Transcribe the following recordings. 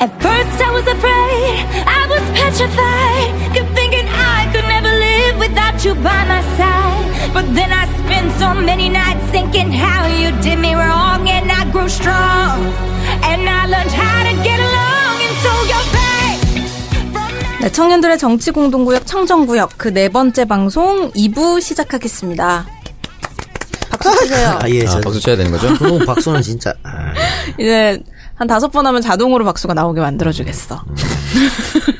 At first I was afraid, I was petrified, kept thinking I could never live without you by my side. But then I spent so many nights thinking how you did me wrong, and I grew strong, and I learned how to get along, and so you're back. From now 네, 청년들의 정치 공동구역 청정구역 그 네 번째 방송 2부 시작하겠습니다. 박수 치세요. 아, 예, 아, 저, 박수 쳐야 되는 거죠? 그놈 박수는 진짜. 아, 이제 한 다섯 번 하면 자동으로 박수가 나오게 만들어주겠어.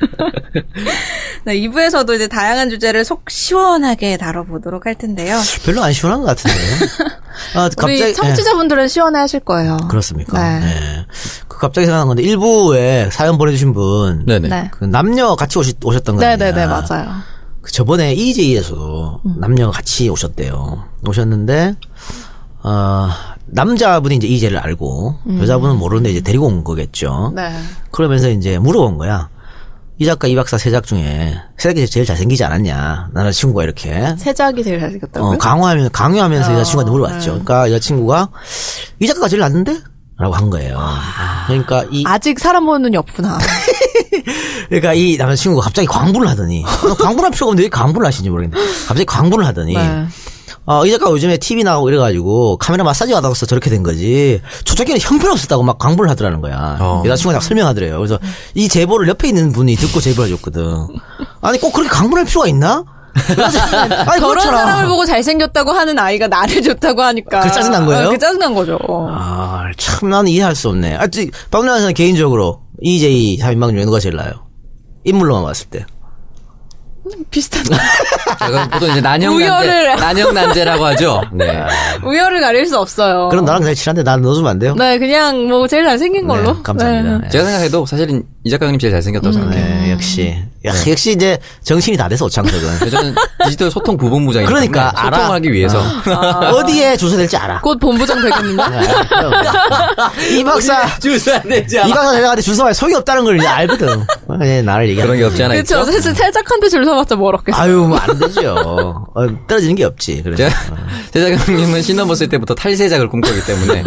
네, 2부에서도 이제 다양한 주제를 속 시원하게 다뤄보도록 할 텐데요. 별로 안 시원한 것 같은데. 아, 우리 청취자분들은 시원해 하실 거예요. 예, 네. 그렇습니까? 네. 예. 그 갑자기 생각난 건데 일부에 사연 보내주신 분, 네네. 네. 그 남녀 같이 오시, 오셨던 거 아니야? 네네네, 맞아요. 음. 그 저번에 EJ에서도 남녀가 같이 오셨대요. 오셨는데, 어, 남자분이 이제 EJ를 알고, 여자분은 모르는데 이제 데리고 온 거겠죠. 음. 네. 그러면서 이제 물어본 거야. 이 작가, 이 박사, 세 작 중에, 세 작이 제일 잘생기지 않았냐. 나는 친구가 이렇게. 세작이 제일 잘생겼다고요? 어, 강화하면, 강요하면서 아, 여자친구한테 물어봤죠. 네. 그러니까 여자친구가, 이 작가가 제일 낫는데? 라고 한 거예요. 그러니까 이, 아. 아직 사람 보는 눈이 없구나. 그러니까 이 남자친구가 갑자기 광분을 하더니, 어, 광분할 필요가 없는데 왜 광분을 하시는지 모르겠는데, 갑자기 광분을 하더니, 네. 어, 이 작가 요즘에 TV 나가고 이래가지고 카메라 마사지 받아서 저렇게 된 거지. 초창기에는 형편없었다고 막 광부를 하더라는 거야. 어. 여자친구가 딱 설명하더래요. 그래서 이 제보를 옆에 있는 분이 듣고 제보를 해줬거든. 아니 꼭 그렇게 광부할 필요가 있나? 아니 저런 그렇잖아. 사람을 보고 잘생겼다고 하는 아이가 나를 좋다고 하니까. 그 짜증난 거예요? 어, 그 짜증난 거죠. 아, 참 나는 이해할 수 없네. 아, 박누나 씨는 개인적으로 EJ 3인방 중에 누가 제일 나요? 인물로만 봤을 때. 비슷한. 자, 그럼 보통 이제 난영 우열을. 난제, 난영 난제라고 하죠. 네. 우열을 가릴 수 없어요. 그럼 나랑 제일 친한데 나는 넣어주면 안 돼요? 네, 그냥 뭐 제일 잘생긴 걸로. 네, 감사합니다. 네. 제가 생각해도 사실은 이 작가님 제일 음. 잘생겼다고 생각해요. 네, 역시. 야, 역시 이제 정신이 다 돼서 오창석은. 저는 디지털 소통 부본부장이기 때문에 그러니까 알아. 소통하기 위해서 아. 어디에 조사될지 알아. 네. 곧 본부장 되겠는데? 이 박사, 아. 주사 내지 이 박사 대장한테 주소할 소용이 없다는 걸 이제 알거든. 그냥 나를 그런 얘기하는 게 없지 않아 그쵸. 있죠. 사실 살짝한테 줄 서봤자 뭘 얻겠어. 아유, 뭐 안 되죠. 어, 떨어지는 게 없지. 그래. 제가 제작님은 신넘버 쓸 때부터 탈세작을 꿈꾸기 때문에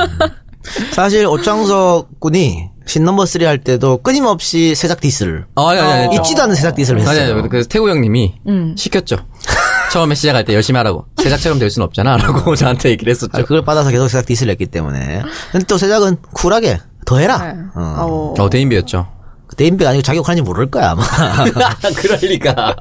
사실 오창석 군이 신넘버 3 할 때도 끊임없이 세작 디스를 아, 아니 아니 아니 잊지도 않은 세작 디스를 아니 했어요. 아니 그래서 태우 형님이 음. 시켰죠. 처음에 시작할 때 열심히 하라고 제작처럼 될 순 없잖아라고 저한테 아, 얘기를 했었죠. 그걸 받아서 계속 세작 디스를 했기 때문에. 근데 또 세작은 쿨하게 더 해라. 네. 어. 어. 어 대인배였죠. 그때 인비가 아니고 자격하는지 모를 거야 아마. 그럴 리가.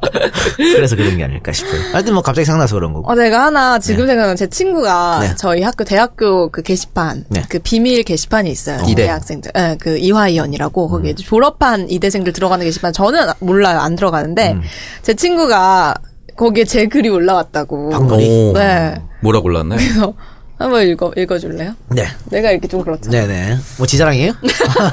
그래서 그런 게 아닐까 싶어요. 하여튼 뭐 갑자기 생각나서 그런 거고. 어, 내가 하나 지금 생각나는 제 친구가 네. 저희 학교 대학교 그 게시판, 네. 그 비밀 게시판이 있어요. 이대. 대학생들. 예, 그 음. 이화이언이라고 거기에 졸업한 이대생들 들어가는 게시판 저는 몰라요. 안 들어가는데 음. 제 친구가 거기에 제 글이 올라왔다고. 방문이? 네. 뭐라고 올랐나요? 그래서 한번 읽어 읽어줄래요? 네. 내가 읽기 좀 그렇죠. 네네. 뭐 지자랑이에요?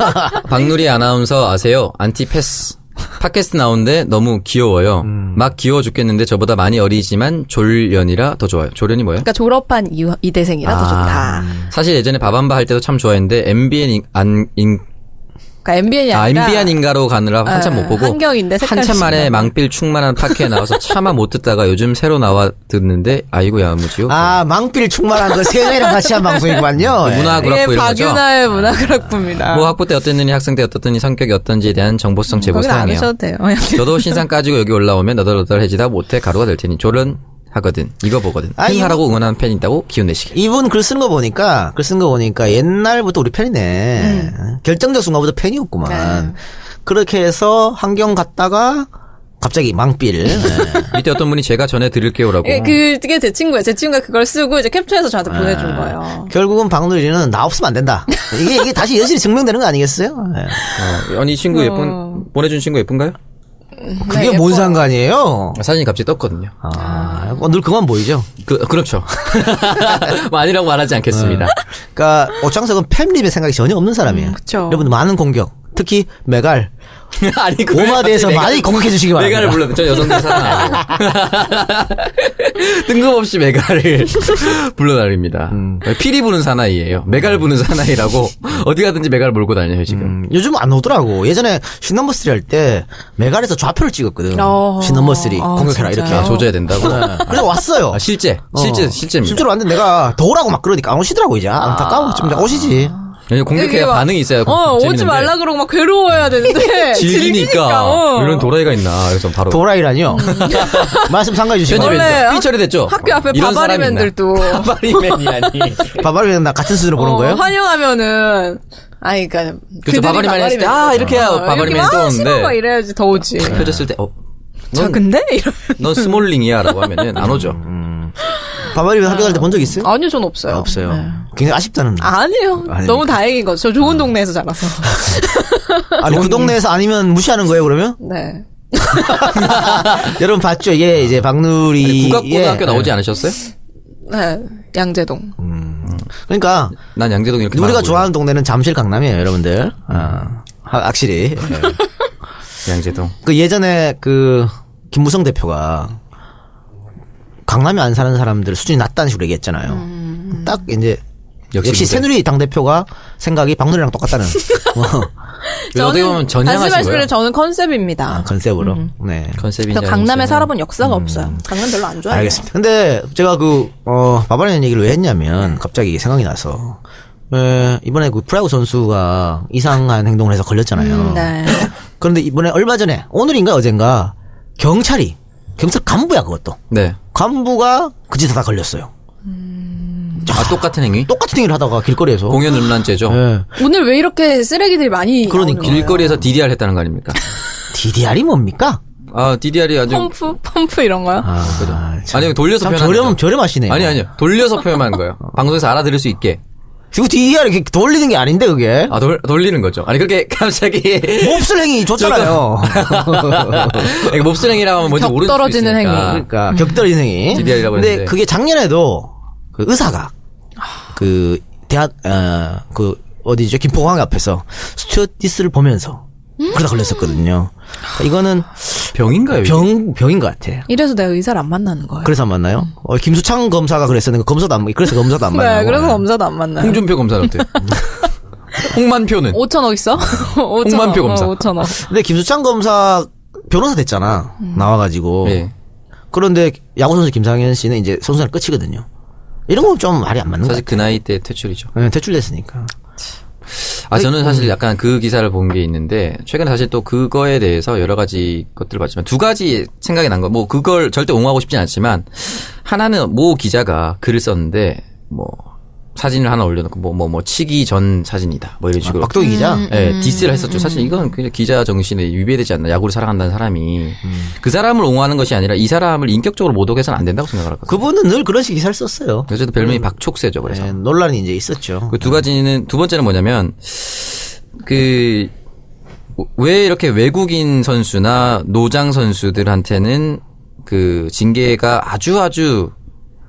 박누리 아나운서 아세요? 안티패스. 팟캐스트 나오는데 너무 귀여워요. 음. 막 귀여워 죽겠는데 저보다 많이 어리지만 졸련이라 더 좋아요. 졸련이 뭐예요? 그러니까 졸업한 이, 이대생이라 더 아. 좋다. 사실 예전에 바밤바 할 때도 참 좋아했는데 MBN 인, 안, 인, 그러니까 MBN이 아, 아니라 MBN 인가로 가느라 한참 네, 못 보고 한경인데 색깔이 한참 만에 진하다. 망필 충만한 팟캐에 나와서 차마 못 듣다가 요즘 새로 나와 듣는데 아이고 야무지요. 아, 망필 충만한 거 세명이랑 같이 한 방송이구만요. 예. 네. 문화 네. 이게 그렇고 이런 거죠. 박윤아의 문학그락부입니다. 뭐 학부 때 어땠느니 학생 때 어떻더니 성격이 어떤지에 대한 정보성 제보 음, 거긴 안 사항이에요. 어. 하셔도 돼요. 어, 저도 신상 까지고 여기 올라오면 너덜너덜해지다 못해 가루가 될 테니 졸은 하거든 이거 보거든 아, 힘하라고 응원하는 팬 있다고 기운 내시길 이분 글 쓴 거 보니까, 글 쓴 거 보니까 옛날부터 우리 팬이네. 결정적 순간부터 팬이었구만. 그렇게 해서 환경 갔다가 갑자기 망필. 예. 밑에 어떤 분이 제가 전해 드릴게요라고 예, 그, 그게 제 친구예요. 제 친구가 그걸 쓰고 이제 캡처해서 저한테 아. 보내준 거예요. 결국은 박누리는 나 없으면 안 된다. 이게, 이게 다시 여실히 증명되는 거 아니겠어요? 예. 어, 아니 이 친구 예쁜 어. 보내준 친구 예쁜가요? 그게 네, 뭔 예뻐요. 상관이에요? 사진이 갑자기 떴거든요. 아, 어, 늘 그만 보이죠? 그 그렇죠. 뭐 아니라고 말하지 않겠습니다. 그러니까 오창석은 팬립의 생각이 전혀 없는 사람이에요. 그쵸. 여러분 많은 공격, 특히 메갈, 아니 그 어. 오마대에서 갑자기 많이 공격해 주시기 바랍니다. 메가를 불렀는데 전 여성들 사랑하고 뜬금없이 메가를 불러다닙니다. 음. 피리 부는 사나이예요. 메가를 부는 사나이라고 어디 가든지 메가를 몰고 다녀요 지금. 음, 요즘 안 오더라고. 예전에 신넘버 3 할 때 메갈에서 좌표를 찍었거든. 어. 신넘버 3 진짜요? 공격해라 이렇게. 네. 아, 조져야 된다고? 그래서 왔어요. 아, 실제, 어. 실제, 실제입니다. 실제로 왔는데 내가 더우라고 막 그러니까 안 오시더라고 아, 이제 안타까워. 좀 이제 오시지. 아니, 공격해야 이게 막, 반응이 있어요. 어, 오지 재밌는데. 말라 그러고 막 괴로워야 되는데. 즐기니까 어. 이런 도라이가 있나 그래서 바로 도라이라뇨? 말씀 상가해 주시고. 편집에- 음. 원래 편집했죠. 삐처리됐죠. 학교 앞에 이런 사람이 바바리맨들도. 있나? 바바리맨이 아니. 바바리맨 나 같은 수준으로 보는 어, 거예요? 환영하면은. 아니, 그니까. 그렇죠. 바바리맨 했을 때, 아, 이렇게 해야 바바리맨이 아, 싫어. 막 떠오는데. 이래야지 더 오지. 펴졌을 때, 어. 자, 넌, 근데? 이런. 넌 스몰링이야. 라고 하면은 안 오죠. 음. 바바리맨 학교 갈 때 본 적 있어요? 아니요, 전 없어요. 없어요. 네. 굉장히 아쉽다는. 아, 아니요. 아닙니까? 너무 다행인 거죠. 저 좋은 동네에서 자라서. 아니, 그 동네에서 아니면 무시하는 거예요, 그러면? 네. 아. 여러분 봤죠? 얘 이제 박누리. 국악고등학교 예. 나오지 않으셨어요? 네. 양재동. 그러니까 난 양재동 이렇게. 우리가 말하고 좋아하는 동네는 잠실 강남이에요, 여러분들. 아, 하- 확실히. 예. 있어요. 양재동. 그 예전에 그 김무성 대표가 강남에 안 사는 사람들 수준이 낮다는 식으로 얘기했잖아요. 음. 딱 이제 역시 역시, 근데. 새누리 당 대표가 생각이 박누리랑 똑같다는 어, 어떻게 보면 전향하신 거예요. 말씀을 저는 컨셉입니다. 아, 컨셉으로. 음. 네. 컨셉이 저 이제 강남에 아니었어요. 살아본 역사가 없어요. 강남 별로 안 좋아해요. 알겠습니다. 근데 제가 그, 어, 바바리는 얘기를 왜 했냐면, 갑자기 생각이 나서, 에, 이번에 그 프라이구 선수가 이상한 행동을 해서 걸렸잖아요. 음, 네. 그런데 이번에 얼마 전에, 오늘인가 어젠가, 경찰이, 경찰 간부야, 그것도. 네. 간부가 그 짓에 다 걸렸어요. 아, 똑같은 행위? 똑같은 행위를 하다가 길거리에서. 공연 음란죄죠. 네. 예. 오늘 왜 이렇게 쓰레기들이 많이 그러니까. 나오는 길거리에서 DDR 했다는 거 아닙니까? DDR이 뭡니까? 아, DDR이 아주. 거예요? 펌프 펌프 이런 거요? 아, 참. 아니, 돌려서 참 표현하는 저렴, 거죠. 저렴하시네요. 어. 아니, 아니요. 돌려서 표현한 거예요. 방송에서 알아들을 수 있게. 지금 DDR 이렇게 돌리는 게 아닌데, 그게. 아, 돌, 돌리는 거죠. 아니, 그렇게 갑자기. 몹쓸 행위 좋잖아요. 그러니까. 이게 몹쓸 행위라고 하면 뭔지 격 모르는 수도 떨어지는 있으니까. 행위. 그러니까 격돌 인생이. DDR 이라고 근데 했는데. 그게 작년에도 그 의사가 아. 그 대한 어그 어디죠 김포공항 앞에서 스튜어디스를 보면서 음. 그러다 걸렸었거든요. 그러니까 이거는 병인가요? 그러니까 이게? 병 병인 것 같아. 이래서 내가 의사를 안 만나는 거예요. 그래서 안 만나요? 어, 김수창 검사가 그랬었는데 검사도 안 그래서 검사도 안 만나요. 음. 네, 그래서 검사도 안 만나요. 홍준표 검사는 어때요? 홍만표는? 5천 억 있어? 5천 홍만표 검사. 5천 억. 근데 김수창 검사 변호사 됐잖아 음. 나와가지고 예. 그런데 야구 선수 김상현 씨는 이제 선수랑 끝이거든요. 이런 건 좀 말이 안 맞는 거 사실 같아. 그 나이 때 퇴출이죠. 네, 대출됐으니까. 아, 저는 음. 사실 약간 그 기사를 본 게 있는데, 최근에 사실 또 그거에 대해서 여러 가지 것들을 봤지만, 두 가지 생각이 난 거. 뭐, 그걸 절대 옹호하고 싶진 않지만, 하나는 모 기자가 글을 썼는데, 뭐, 사진을 하나 올려놓고, 뭐, 뭐, 뭐, 치기 전 사진이다. 뭐 이런 아, 식으로. 박동희 기자. 음. 예, 디스를 했었죠. 사실 이건 그냥 기자 정신에 위배되지 않나. 야구를 사랑한다는 사람이. 그 사람을 옹호하는 것이 아니라 이 사람을 인격적으로 모독해서는 안 된다고 생각을 하거든요. 그분은 늘 그런 식 기사를 썼어요. 어쨌든 별명이 박촉새죠. 그래서. 네, 논란이 이제 있었죠. 그 두 가지는 두 번째는 뭐냐면 그 왜 이렇게 외국인 선수나 노장 선수들한테는 그 징계가 아주 아주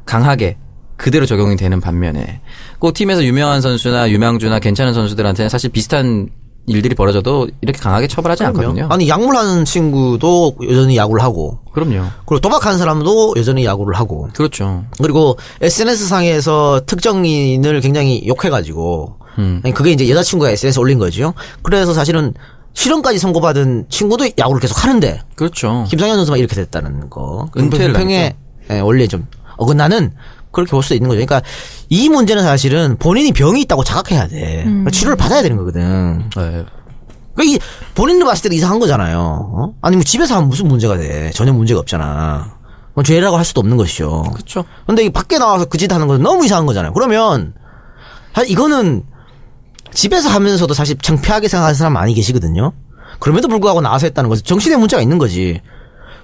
강하게 그대로 적용이 되는 반면에 그 팀에서 유명한 선수나 유망주나 괜찮은 선수들한테는 사실 비슷한 일들이 벌어져도 이렇게 강하게 처벌하지 않거든요. 아니 약물하는 친구도 여전히 야구를 하고 그럼요. 그리고 도박하는 사람도 여전히 야구를 하고 그렇죠. 그리고 SNS 상에서 특정인을 굉장히 욕해가지고 음. 아니, 그게 이제 여자친구가 SNS 에 올린 거죠. 그래서 사실은 실형까지 선고받은 친구도 야구를 계속 하는데 그렇죠. 김상현 선수만 이렇게 됐다는 거. 은퇴를 평에 예, 원래 좀 어긋나는 그렇게 볼 수도 있는 거죠. 그러니까 이 문제는 사실은 본인이 병이 있다고 자각해야 돼. 그러니까 치료를 받아야 되는 거거든. 네. 그러니까 그이 본인들 봤을 때도 이상한 거잖아요. 어? 아니 뭐 집에서 하면 무슨 문제가 돼? 전혀 문제가 없잖아. 뭐 죄라고 할 수도 없는 것이죠. 그렇죠. 근데 이 밖에 나와서 그 짓 하는 건 너무 이상한 거잖아요. 그러면 사실 이거는 집에서 하면서도 사실 창피하게 생각하는 사람 많이 계시거든요. 그럼에도 불구하고 나와서 했다는 것은 정신에 문제가 있는 거지.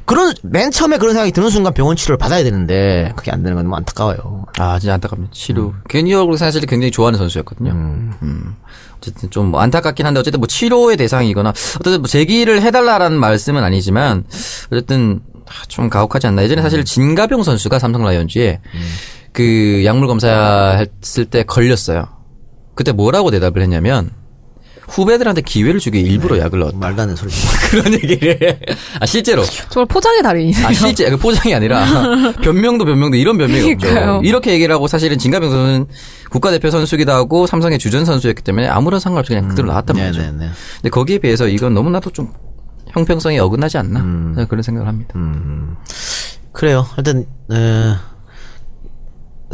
그런 맨 처음에 그런 생각이 드는 순간 병원 치료를 받아야 되는데 그게 안 되는 건 너무 안타까워요. 아, 진짜 안타깝네요. 치료. 괜히역으로 사실 굉장히 좋아하는 선수였거든요. 음. 어쨌든 좀뭐 안타깝긴 한데 어쨌든 뭐 치료의 대상이거나 어쨌든 뭐 제기를 해달라라는 말씀은 아니지만 어쨌든 아, 좀 가혹하지 않나. 예전에 사실 진가병 선수가 삼성 라이온즈에 그 약물 검사했을 때 걸렸어요. 그때 뭐라고 대답을 했냐면 후배들한테 기회를 주기 위해 일부러 약을 넣었다. 말도 안 되는 소리. 그런 얘기를 해. 아 실제로 정말 포장의 달인이네요. 아, 실제 그 포장이 아니라 변명도 변명도 이런 변명이 그러니까요. 없죠. 이렇게 얘기를 하고 사실은 진가병 선수는 국가대표 선수기도 하고 삼성의 주전 선수였기 때문에 아무런 상관없이 그냥 그대로 나왔단 말이죠. 음, 네네네. 근데 거기에 비해서 이건 너무나도 좀 형평성이 어긋나지 않나 음. 저는 그런 생각을 합니다. 그래요. 하여튼 에,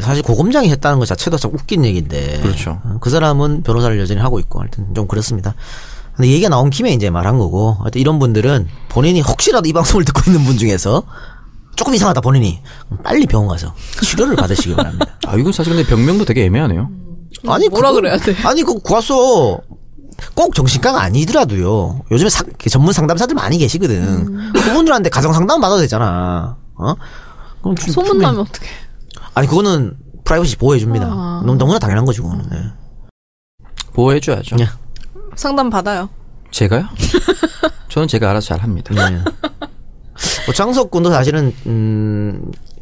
사실 고검장이 했다는 것 자체도 참 웃긴 얘기인데. 그렇죠. 어, 그 사람은 변호사를 여전히 하고 있고 하여튼 좀 그렇습니다. 근데 얘기가 나온 김에 이제 말한 거고 하여튼 이런 분들은 본인이 혹시라도 이 방송을 듣고 있는 분 중에서 조금 이상하다 본인이 빨리 병원 가서 치료를 받으시기 바랍니다. 아 이건 사실 근데 병명도 되게 애매하네요. 아니 뭐라 그거- 그래야 돼? 아니 그 구하소 꼭 정신과가 아니더라도요. 요즘에 상- 전문 상담사들 많이 계시거든. 음. 그분들한테 가정 상담 받아도 되잖아. 어? 그럼 좀- 소문나면 어떡해. 아니 그거는 프라이버시 보호해 줍니다. 아. 너무 너무나 당연한 거죠, 그거는. 네. 음. 보호해줘야죠. 네. 상담 받아요. 제가요? 저는 제가 알아서 잘 합니다. 네. 뭐 장석 군도 사실은 음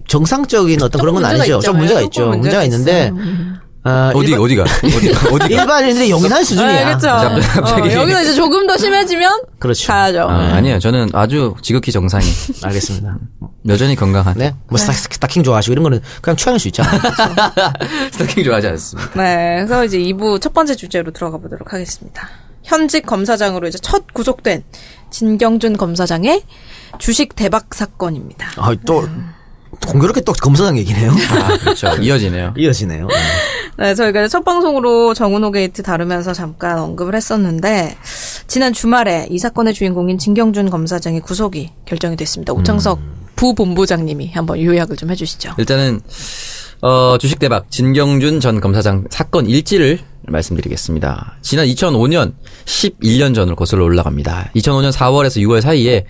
정상적인 어떤 그런 건 문제가 아니죠. 좀 있잖아요. 문제가 조금 있죠. 문제가 문제가 있는데 아, 어디 일반, 어디가 어디가 어디가 일반인들이 용인할 아, 수준이야. 그렇죠. 갑자기. 어, 여기서 이제 조금 더 심해지면 그렇죠. 가야죠. 아, 아니에요. 저는 아주 지극히 정상이 알겠습니다. 여전히 건강한 네, 뭐 스타, 스타킹 좋아하시고 이런 거는 그냥 취향일 수 있잖아. 스타킹 좋아하지 않습니다. 네, 그래서 이제 2부 첫 번째 주제로 들어가 보도록 하겠습니다. 현직 검사장으로 이제 첫 구속된 진경준 검사장의 주식 대박 사건입니다. 아, 또 공교롭게 또 검사장 얘기네요. 아 그렇죠. 이어지네요. 이어지네요. 네. 네, 저희가 첫 방송으로 정은호 게이트 다루면서 잠깐 언급을 했었는데 지난 주말에 이 사건의 주인공인 진경준 검사장의 구속이 결정이 됐습니다. 오창석 음. 부본부장님이 한번 요약을 좀 해주시죠. 일단은 어, 주식 대박 진경준 전 검사장 사건 일지를 말씀드리겠습니다. 지난 2005년 11년 전으로 거슬러 올라갑니다. 2005년 4월에서 6월 사이에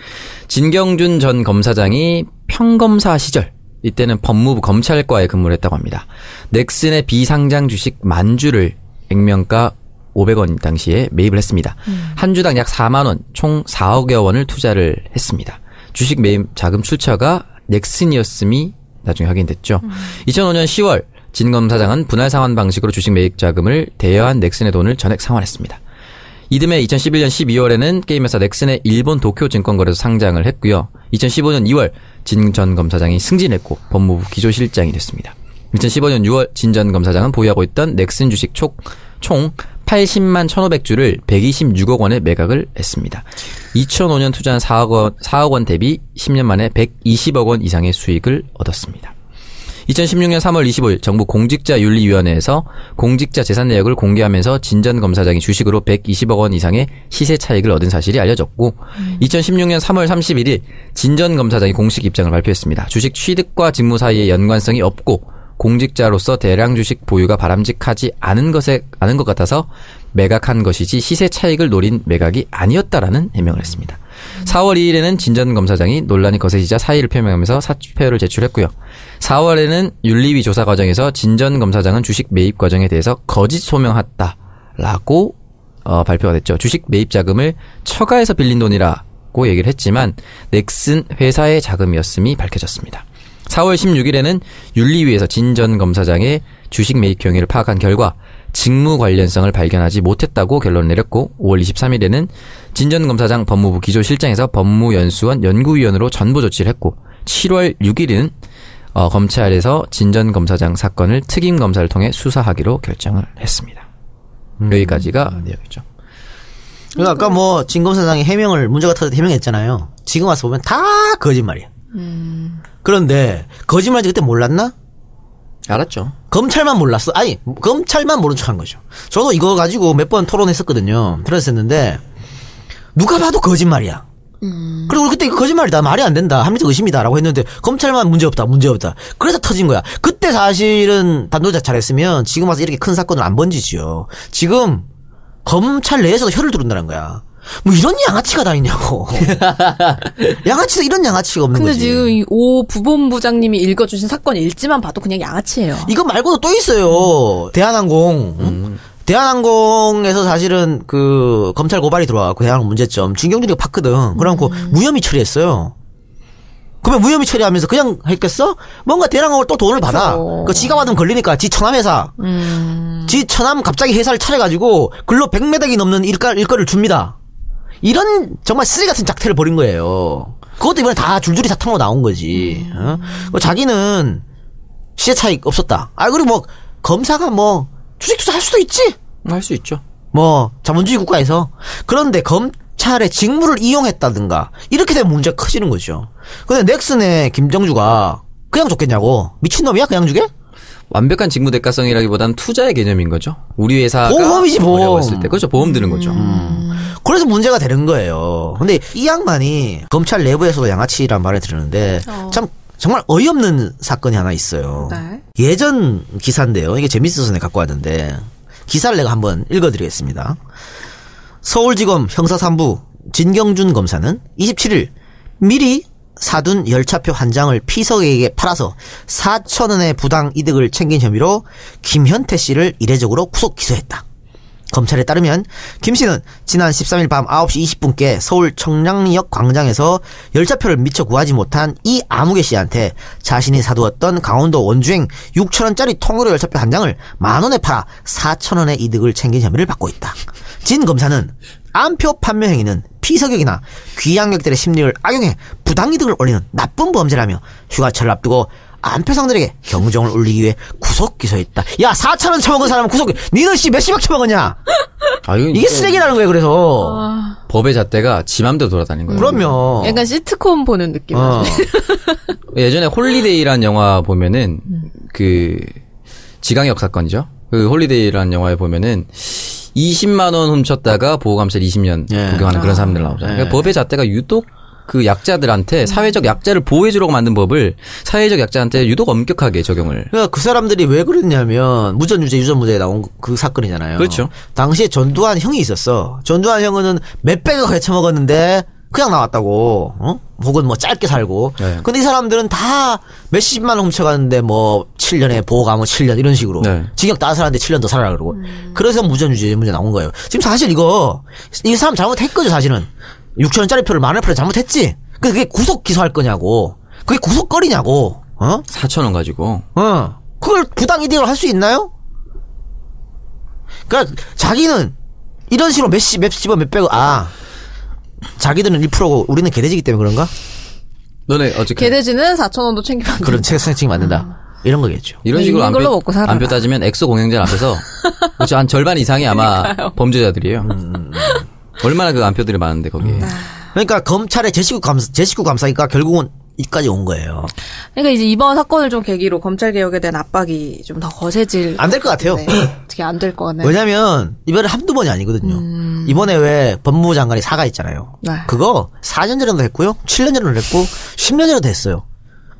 진경준 전 검사장이 평검사 시절 이때는 법무부 검찰과에 근무를 했다고 합니다. 넥슨의 비상장 주식 만주를 액면가 500원 당시에 매입을 했습니다. 한 주당 약 4만 원, 총 4억여 원을 투자를 했습니다. 주식 매입 자금 출처가 넥슨이었음이 나중에 확인됐죠. 2005년 10월 진검 사장은 분할 상환 방식으로 주식 매입 자금을 대여한 넥슨의 돈을 전액 상환했습니다. 이듬해 2011년 12월에는 게임회사 넥슨의 일본 도쿄 증권거래소 상장을 했고요. 2015년 2월 진 전 검사장이 승진했고 법무부 기조실장이 됐습니다. 2015년 6월 진 전 검사장은 보유하고 있던 넥슨 주식 총, 총 80만 1,500주를 126억 원에 매각을 했습니다. 2005년 투자한 4억 원, 4억 원 대비 10년 만에 120억 원 이상의 수익을 얻었습니다. 2016년 3월 25일 정부 공직자윤리위원회에서 공직자 재산 내역을 공개하면서 진전 검사장이 주식으로 120억 원 이상의 시세 차익을 얻은 사실이 알려졌고 2016년 3월 31일 진전 검사장이 공식 입장을 발표했습니다. 주식 취득과 직무 사이의 연관성이 없고 공직자로서 대량 주식 보유가 바람직하지 않은 것에 않은 것 같아서 매각한 것이지 시세 차익을 노린 매각이 아니었다라는 해명을 했습니다. 4월 2일에는 진전 검사장이 논란이 거세지자 사의를 표명하면서 사표를 제출했고요. 4월에는 윤리위 조사 과정에서 진전 검사장은 주식 매입 과정에 대해서 거짓 소명했다라고 어, 발표가 됐죠. 주식 매입 자금을 처가에서 빌린 돈이라고 얘기를 했지만 넥슨 회사의 자금이었음이 밝혀졌습니다. 4월 16일에는 윤리위에서 진 전 검사장의 주식 매입 경위를 파악한 결과 직무 관련성을 발견하지 못했다고 결론을 내렸고 5월 23일에는 진 전 검사장 법무부 기조실장에서 법무연수원 연구위원으로 전보 조치를 했고 7월 6일은 어, 검찰에서 진 전 검사장 사건을 특임 검사를 통해 수사하기로 결정을 했습니다. 여기까지가 음, 아, 내용이죠. 그리고 아까 뭐 진검사장이 해명을 문제가 터져 해명했잖아요. 지금 와서 보면 다 거짓말이야. 음. 그런데 거짓말인지 그때 몰랐나? 알았죠. 검찰만 몰랐어. 아니, 검찰만 모른 척한 거죠. 저도 이거 가지고 몇 번 토론했었거든요. 토론했었는데, 누가 봐도 거짓말이야. 음. 그리고 우리 그때 이거 거짓말이다. 말이 안 된다. 합리적 의심이다. 라고 했는데, 검찰만 문제 없다. 문제 없다. 그래서 터진 거야. 그때 사실은 단도자 잘했으면 지금 와서 이렇게 큰 사건을 안 번지지요. 지금, 검찰 내에서도 혀를 두른다는 거야. 뭐 이런 양아치가 다 있냐고. 양아치도 이런 양아치가 없는 근데 거지. 지금 이 오 부본부장님이 읽어주신 사건 일지만 봐도 그냥 양아치예요. 이거 말고도 또 있어요. 대한항공. 대한항공에서 사실은 그 검찰 고발이 들어와갖고 대한항공 문제점 진경준이가 팠거든. 그래갖고 무혐의 처리했어요. 그러면 무혐의 처리하면서 그냥 했겠어? 뭔가 대한항공을 또 돈을 받아. 그렇죠. 그 지가 받으면 걸리니까 지 천암 회사. 지 천암 갑자기 회사를 차려가지고 근로 100매닥이 넘는 일가, 일거를 줍니다. 이런 정말 쓰레기 같은 작태를 벌인 거예요. 그것도 이번에 다 줄줄이 사탕으로 나온 거지. 어? 뭐 자기는 시세 차익 없었다. 아 그리고 뭐 검사가 뭐 주식 투자할 수도 있지. 할 수 있죠. 뭐 자본주의 국가에서 그런데 검찰의 직무를 이용했다든가 이렇게 되면 문제가 커지는 거죠. 근데 넥슨의 김정주가 그냥 줬겠냐고 미친놈이야 그냥 주게? 완벽한 직무 대가성이라기보다는 투자의 개념인 거죠. 우리 회사가 보험이지, 보험. 음. 어려웠을 때 그렇죠. 보험 드는 거죠. 그래서 문제가 되는 거예요. 근데 이 양반이 검찰 내부에서도 양아치란 말을 들었는데 참 정말 어이없는 사건이 하나 있어요. 네. 예전 기사인데요. 이게 재밌어서 내가 갖고 왔는데 기사를 내가 한번 읽어드리겠습니다. 서울지검 형사 3부 진경준 검사는 27일 미리 사둔 열차표 한 장을 피석에게 팔아서 4천 원의 부당 이득을 챙긴 혐의로 김현태 씨를 이례적으로 구속 기소했다. 검찰에 따르면 김 씨는 지난 13일 밤 9시 20분께 서울 청량리역 광장에서 열차표를 미처 구하지 못한 이 아무개 씨한테 자신이 사두었던 강원도 원주행 6천원짜리 통으로 열차표 한 장을 만원에 팔아 4천원의 이득을 챙긴 혐의를 받고 있다. 진 검사는 암표 판매 행위는 피서객이나 귀양객들의 심리를 악용해 부당이득을 올리는 나쁜 범죄라며 휴가철을 앞두고 안표상들에게 경종을 울리기 위해 구속 기소했다. 야, 4천 원 처먹은 사람 구속. 니는 씨 몇십억 처먹었냐? 아, 이건 이게 쓰레기라는 거예요. 그래서 법의 잣대가 지 맘대로 돌아다닌 거예요. 그러면 아. 약간 시트콤 보는 느낌. 어. 그 예전에 홀리데이란 영화 보면은 음. 그 지강역 사건이죠. 그 홀리데이란 영화에 보면은 20만 원 훔쳤다가 보호감찰 20년 예. 구경하는 그런 사람들 나오잖아요. 그러니까 법의 잣대가 유독 그 약자들한테 사회적 약자를 보호해주려고 만든 법을 사회적 약자한테 유독 엄격하게 적용을 그러니까 그 사람들이 왜 그랬냐면 무전유죄 유전무죄에 나온 그 사건이잖아요. 그렇죠. 당시에 전두환 형이 있었어. 전두환 형은 몇백억 에 처먹었는데 그냥 나왔다고. 어? 혹은 뭐 짧게 살고. 네. 근데 이 사람들은 다 몇십만 원 훔쳐갔는데 뭐 7년에 보호감은 7년 이런 식으로. 네. 징역 따라 살았는데 7년 더 살아라 그러고. 그래서 무전유죄 유전무죄 나온 거예요. 지금 사실 이거 이 사람 잘못했거든 사실은. 6천원짜리 표를 만원 표를 잘못했지. 근데 그게 구속 기소할 거냐고. 그게 구속거리냐고. 어? 4천 원 가지고 어. 그걸 부당 이득으로 할 수 있나요? 그러니까 자기는 이런 식으로 몇십 몇십원 몇백억 아 자기들은 1%고 우리는 개돼지기 때문에 그런가? 너네 어저께 개돼지는 4,000원도 챙기면 안 돼. 그런 책상칭 맞는다. 이런 거겠죠. 이런 네, 식으로 있는 안표, 걸로 먹고 살아라. 안표 따지면 엑소 공영전 앞에서 그렇죠 한 절반 이상이 아마 범죄자들이에요. 음, 얼마나 그 안표들이 많은데 거기에 그러니까 검찰의 제식구 감사 제식구 감사니까 결국은 이까지 온 거예요. 그러니까 이제 이번 사건을 좀 계기로 검찰 개혁에 대한 압박이 좀 더 거세질 안 될 것 같아요. 네. 어떻게 안 될 거 같네. 왜냐면 이번에 한두 번이 아니거든요. 이번에 왜 법무부 장관이 사과했잖아요. 음. 네. 그거 4년 전에도 했고요. 7년 전에도 했고 10년 전에도 했어요.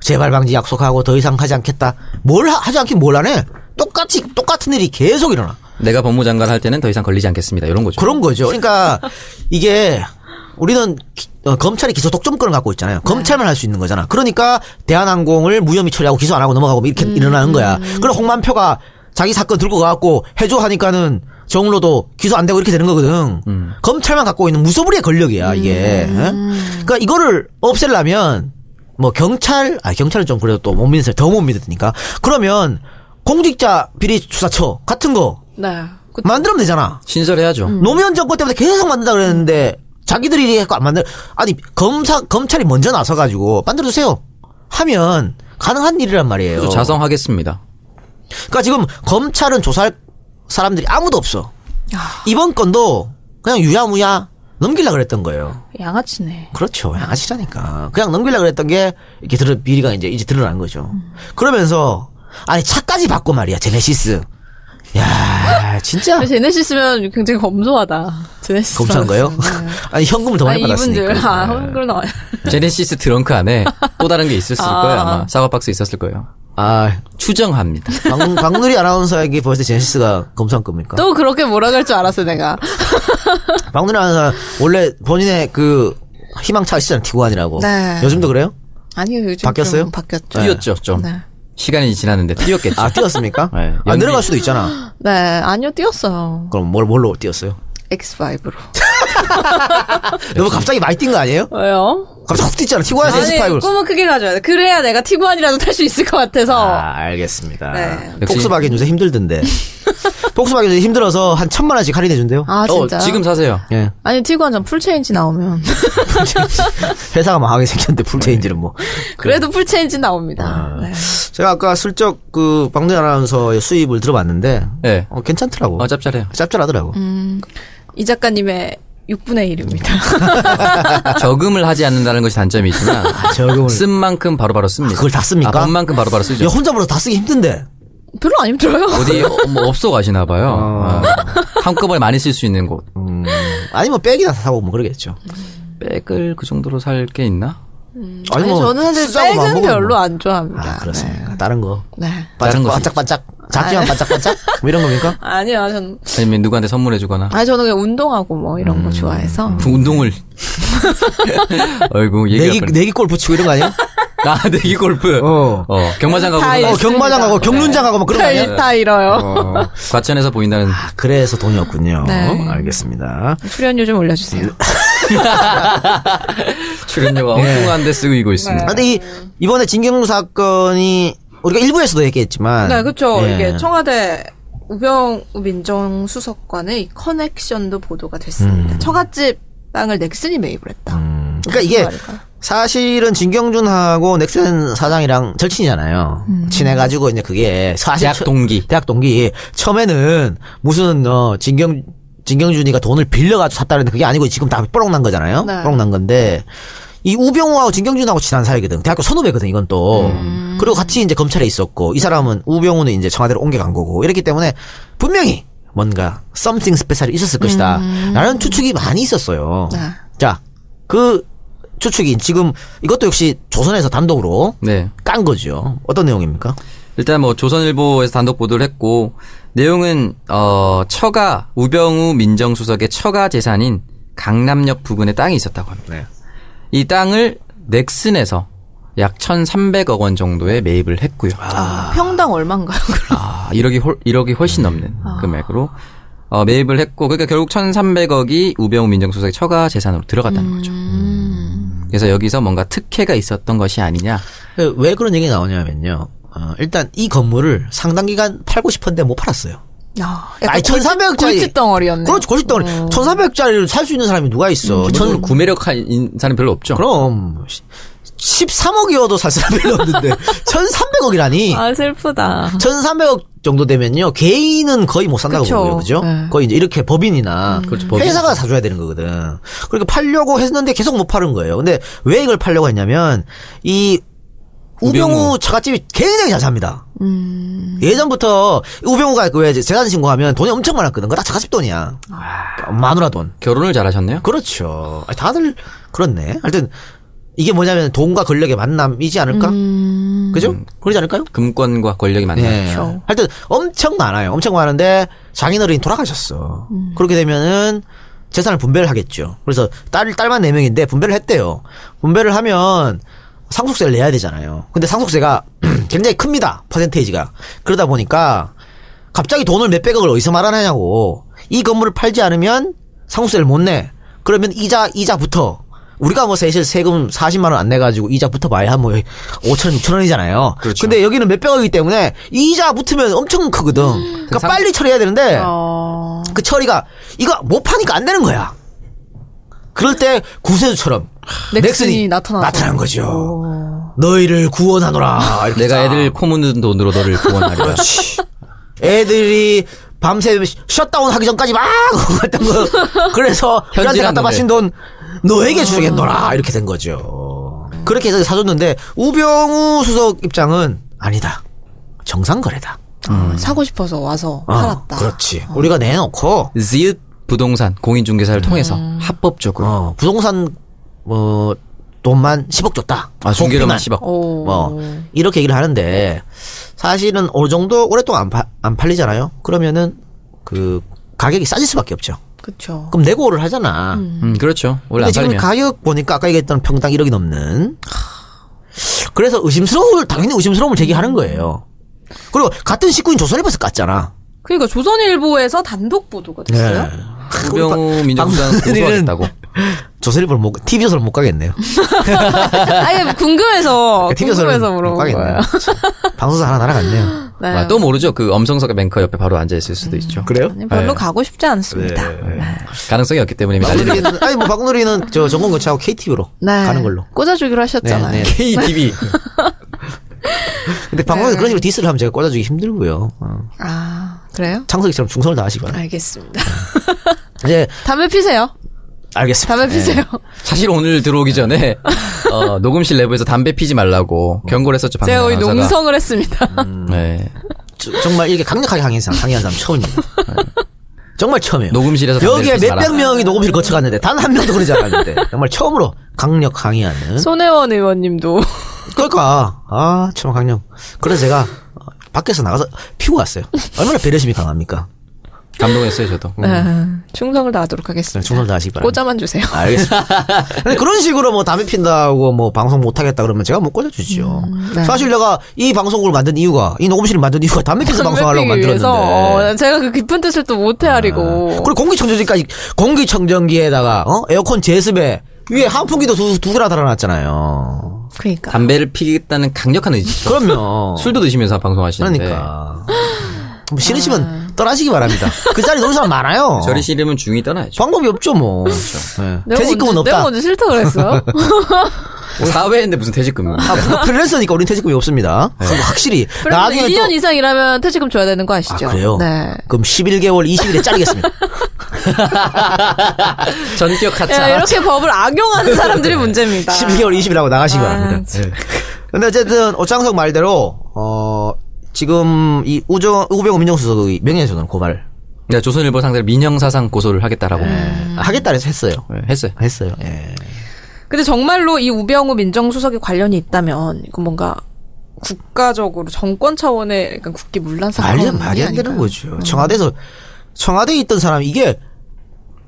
재발 방지 약속하고 더 이상 하지 않겠다. 뭘 하, 하지 않긴 뭘 하네. 똑같이 똑같은 일이 계속 일어나. 내가 법무장관 할 때는 더 이상 걸리지 않겠습니다. 이런 거죠. 그런 거죠. 그러니까 이게 우리는 기- 어, 검찰이 기소 독점권을 갖고 있잖아요. 검찰만 할 수 있는 거잖아. 그러니까 대한항공을 무혐의 처리하고 기소 안 하고 넘어가고 이렇게 일어나는 거야. 그럼 홍만표가 자기 사건 들고 가갖고 해줘 하니까는 정로도 기소 안 되고 이렇게 되는 거거든. 검찰만 갖고 있는 무소불위의 권력이야 이게. 예? 그러니까 이거를 없애려면 뭐 경찰 아 경찰은 좀 그래도 또 못 믿으니까 더 못 믿으니까 그러면 공직자 비리 수사처 같은 거 네. 그- 만들면 되잖아. 신설해야죠. 음. 음. 노무현 정권 때부터 계속 만든다 그랬는데 자기들이 이해갖고 안 만들 아니 검사 검찰이 먼저 나서 가지고 만들어 주세요 하면 가능한 일이란 말이에요. 그래서 자성하겠습니다. 그러니까 지금 검찰은 조사할 사람들이 아무도 없어. 이번 건도 그냥 유야무야 넘길라 그랬던 거예요. 양아치네. 그렇죠. 아시라니까. 그냥 넘길라 그랬던 게 이렇게 드러 미리가 이제 이제 드러난 거죠. 음. 그러면서 아니 차까지 받고 말이야 제네시스. 야 진짜 근데 제네시스면 굉장히 검소하다. 제네시스. 검사한 거예요? 아니 현금을 더 아, 많이 이분들. 받았으니까. 아, 그런 나와요. 제네시스 트렁크 안에 또 다른 게 있었을 아. 거예요. 아마 사과 박스 있었을 거예요. 아, 추정합니다. 네. 박, 박누리 아나운서에게 벌써 제네시스가 검사급입니까? 또 그렇게 몰아갈 줄 알았어, 내가. 박누리 아나운서 원래 본인의 그 희망차 있잖아요 기관이라고. 네. 요즘도 그래요? 아니요, 요즘. 바뀌었어요? 좀 바뀌었죠. 뛰었죠 좀. 네. 시간이 지났는데 뛰었겠죠. 아 뛰었습니까? 네, 아 연기. 내려갈 수도 있잖아. 네, 아니요, 뛰었어요. 그럼 뭘 뭘로 뛰었어요? X5로. 너무 갑자기 많이 뛴 거 아니에요? 왜요? 갑자기 확 뛰잖아. 티고안에서 아니, S5로. 꿈은 크게 가져야 돼. 그래야 내가 티구안이라도 탈 수 있을 것 같아서. 아 알겠습니다. 네. 역시- 폭스바겐 요새 힘들던데. 폭스바겐 요새 힘들어서 한 천만 원씩 할인해 준대요. 아, 진짜. 어, 지금 사세요. 예. 아니, 티구안 전 풀체인지 나오면. 회사가 망하게 생겼는데 풀체인지는 뭐. 그래도 풀체인지 아. 나옵니다. 네. 제가 아까 슬쩍 그 박누리 아나운서의 수입을 들어봤는데 네. 어, 괜찮더라고. 어, 짭짤해요. 짭짤하더라고. 음. 이 작가님의 6분의 1입니다. 저금을 하지 않는다는 것이 단점이 있지만 아, 저금을- 쓴 만큼 바로바로 씁니다. 그걸 다 씁니까? 아, 번만큼 바로바로 야, 쓰죠. 혼자 벌어서 다 쓰기 힘든데. 별로 안 힘들어요. 어디 어, 뭐 업소 가시나 봐요. 아, 한꺼번에 많이 쓸 수 있는 곳. 음, 아니면 백이나 사고 뭐 그러겠죠. 음. 백을 그 정도로 살 게 있나? 아니, 뭐 저는 사실 쓰자고 안 백은 먹으면 별로 뭐. 안 좋아합니다. 아 그렇습니까. 다른 거. 네. 아. 네. 다른 반짝 거 반짝 반짝 작지만 반짝 반짝 뭐 이런 겁니까? 아니요, 전, 아니면 누구한테 선물해주거나. 아니, 저는 그냥 운동하고 뭐 이런 음. 거 좋아해서. 운동을. 아이고 얘기가 내기 빨리- 내기 골프 치고 이런 거 아니야? 아 내기 골프. 어. 어, 경마장 가고 다 어 네, 있습니다. 네, 경마장 가고 경륜장 가고 막 그런 거 아니야? 다, 다 잃어요. 어, 과천에서 보인다는 아, 그래서 돈이었군요. 네. 알겠습니다. 출연료 좀 올려주세요. 음, 출연료가 엉뚱한데 쓰이고 네. 있습니다. 아, 근데 이, 이번에 진경루 사건이 우리가 일부에서도 얘기했지만. 네, 그렇죠. 예. 이게 청와대 우병우 민정수석관의 이 커넥션도 보도가 됐습니다. 처갓집 땅을 넥슨이 매입을 했다. 음. 그러니까 이게 말일까요? 사실은 진경준하고 넥슨 사장이랑 절친이잖아요. 음. 친해가지고 이제 그게 사실 대학 처- 동기. 대학 동기 처음에는 무슨 어 진경 진경준이가 돈을 빌려가지고 샀다는데 그게 아니고 지금 다 뽀록 난 거잖아요. 네. 뽀록 난 건데 이 우병우하고 진경준하고 친한 사이거든. 대학교 선후배거든 이건 또. 음. 그리고 같이 이제 검찰에 있었고 이 사람은 우병우는 이제 청와대로 옮겨간 거고 이랬기 때문에 분명히 뭔가 something special이 있었을 것이다. 라는 추측이 많이 있었어요. 음. 네. 자, 그 추측이 지금 이것도 역시 조선에서 단독으로 네. 깐 거죠. 어떤 내용입니까? 일단 뭐 조선일보에서 단독 보도를 했고 내용은 어 처가 우병우 민정수석의 처가 재산인 강남역 부근에 땅이 있었다고 합니다. 이 땅을 넥슨에서 약 1,300억 원 정도에 매입을 했고요. 평당 얼마인가요? 아, 1억이 홀, 1억이 훨씬 넘는 금액으로 어, 매입을 했고 그러니까 결국 1,300억이 우병우 민정수석의 처가 재산으로 들어갔다는 거죠. 그래서 여기서 뭔가 특혜가 있었던 것이 아니냐. 왜 그런 얘기 가 나오냐면요. 어, 일단 이 건물을 상당 기간 팔고 싶었는데 못 팔았어요. 그렇죠. 야, 아니, 1,300억 짜리. 굴칫덩어리였네. 그렇지, 고집덩어리. 1,400짜리를 살 수 있는 사람이 누가 있어. 전 전, 그 구매력 한 사람 별로 없죠. 그럼. 13억이어도 살 사람이 없는데, 1,300억이라니. 아, 슬프다. 1,300억 정도 되면요, 개인은 거의 못 산다고 그쵸. 보고요. 그죠? 네. 거의 이제 이렇게 법인이나 그렇죠, 법인. 회사가 사줘야 되는 거거든. 그러니까 팔려고 했는데 계속 못 파는 거예요. 근데 왜 이걸 팔려고 했냐면, 이 우병우, 우병우. 처갓집이 굉장히 잘 삽니다. 예전부터 우병우가 그왜 재산 신고하면 돈이 엄청 많았거든. 그거 다 처갓집 돈이야. 마누라 돈. 결혼을 잘하셨네요. 그렇죠. 아니, 다들 그렇네. 하여튼, 이게 뭐냐면 돈과 권력의 만남이지 않을까? 그죠? 그러지 않을까요? 금권과 권력이 만나. 예. 그렇죠. 하여튼 엄청 많아요. 엄청 많은데 장인어른이 돌아가셨어. 음. 그렇게 되면은 재산을 분배를 하겠죠. 그래서 딸 딸만 네 명인데 분배를 했대요. 분배를 하면 상속세를 내야 되잖아요. 근데 상속세가 굉장히 큽니다. 퍼센테이지가. 그러다 보니까 갑자기 돈을 몇백억을 어디서 마련하냐고. 이 건물을 팔지 않으면 상속세를 못 내. 그러면 이자, 이자부터. 우리가 뭐 사실 세금 40만원 안 내가지고 이자 붙어봐야 뭐 5천, 6천원이잖아요. 그렇죠. 근데 여기는 몇백억이기 때문에 이자 붙으면 엄청 크거든. 그러니까 상- 빨리 처리해야 되는데 음. 어, 그 처리가 이거 못 파니까 안 되는 거야. 그럴 때 구세주처럼 넥슨이 넥슨이, 나타나서. 나타난 거죠. 너희를 구원하노라. 이렇게 쫙. 내가 애들 코 묻는 돈으로 너를 구원하리라. 애들이 밤새 셧다운 하기 전까지 막 했던 거. 그래서 우리한테 갖다 현질하는데. 바친 돈 음. 너에게 주겠노라 이렇게 된 거죠. 그렇게 해서 사줬는데 우병우 수석 입장은 아니다. 정상 거래다. 아, 사고 싶어서 와서 어, 팔았다. 음. 그렇지. 우리가 내놓고 지읒 부동산 공인중개사를 음. 통해서 합법적으로 어, 부동산 뭐 돈만 10억 줬다. 아, 중개료만 복비만. 10억. 오. 뭐 이렇게 얘기를 하는데 사실은 어느 정도 오랫동안 안, 파- 안 팔리잖아요. 그러면은 그 가격이 싸질 수밖에 없죠. 그쵸. 그럼 내고를 하잖아. 음, 그렇죠. 원래 근데 안 지금 팔리면. 가격 보니까 아까 얘기했던 평당 1억이 넘는. 그래서 의심스러울 당연히 의심스러움을 제기하는 거예요. 그리고 같은 식구인 조선일보에서 깠잖아. 그니까 그러니까 조선일보에서 단독 보도가 네. 됐어요. 우병우 민정수석 방송들은 고소하겠다고. 조선일보를 못 TV 조선을 못 가겠네요. 아니, 뭐 궁금해서, TV 조선을 어, 궁금해서 그러니까 못 물어본 가겠네요. 거예요. 방송사 하나 날아갔네요. 네. 아, 또 모르죠. 그 엄성석 뱅커 옆에 바로 앉아 있을 음. 수도 있죠. 그래요? 아니, 별로 가고 싶지 않습니다. 네. 가능성이 없기 때문에 이미 난리를 박누리는- 아니 뭐 박누리는 저 전공 교체하고 KTV로 네. 가는 걸로. 꽂아주기로 하셨잖아요. 네, 네. KTV. 네. 근데 방송에서 그런 식으로 디스를 하면 제가 꽂아주기 힘들고요. 어. 아, 그래요? 창석이처럼 중성을 다하시거나. 알겠습니다. 이제 담배 피세요. 알겠습니다. 담배 피세요. 사실 오늘 들어오기 전에 어, 녹음실 내부에서 담배 피지 말라고 경고를 했었죠. 제가 거의 방금 농성을 했습니다. 네. 저- 정말 이게 강력하게 항의한 사람, 항의한 사람 처음이에요. 네. 정말 처음이에요. 녹음실에서 담배를 여기에 피우지 몇백 마라. 명이 녹음실을 거쳐갔는데 단 한 명도 그러지 않았는데 정말 처음으로 강력 항의하는. 손혜원 의원님도 그러니까 아 정말 강력. 그래서 제가 어, 밖에서 나가서 피고 왔어요. 얼마나 배려심이 강합니까? 감동했어요 저도. 네. 아, 충성을 다하도록 하겠습니다. 충성 네, 다하시기 바랍니다. 꽂아만 주세요. 알겠습니다. 근데 그런 식으로 뭐 담배 핀다고 뭐 방송 못 하겠다 그러면 제가 못 꺼져주죠. 네. 사실 내가 이 방송국을 만든 이유가 이 녹음실을 만든 이유가 담배 피서 방송하려고 담배 피기 만들었는데. 위해서, 어, 제가 그 깊은 뜻을 또 못 헤아리고 그리고 공기청정기까지 공기청정기에다가 어? 에어컨 제습에 위에 한풍기도 두, 두 개나 달아놨잖아요. 그러니까 담배를 피겠다는 강력한 의지. 그럼요. 술도 드시면서 방송하시는데. 어. 그러니까 네. 뭐 아. 싫으시면 떠나시기 바랍니다. 그 자리 놀 사람 많아요. 저리 싫으면 중이 떠나야죠. 방법이 없죠 뭐. 네. 내가 퇴직금은 언제, 내가 없다. 언제 싫다 그랬어요? 사회인데 무슨 퇴직금을. 아, 우리가 프리랜서니까 우린 퇴직금이 없습니다. 그거 확실히. 그래서 나중에 1년 또- 이상 일하면 퇴직금 줘야 되는 거 아, 아시죠? 그래요? 네. 그럼 11개월 20일에 자르겠습니다. 전격 야, 하차. 예, 이렇게 법을 악용하는 사람들이 문제입니다. 12개월 20일하고 나가시기 아, 바랍니다. 예. 근데 어쨌든 오창석 말대로 어 지금 이 우정 우병우 민정수석의 명예훼손을 고발 네, 네, 조선일보 상대로 민영사상 고소를 하겠다라고 음. 하겠다 해서 했어요. 네, 했어요. 했어요. 예. 근데 정말로 이 우병우 민정수석에 관련이 있다면 이건 뭔가 국가적으로 정권 차원의 약간 국기 문란 사건 말이 말이 안 되는 거죠. 청와대에서 청와대에 있던 사람 이게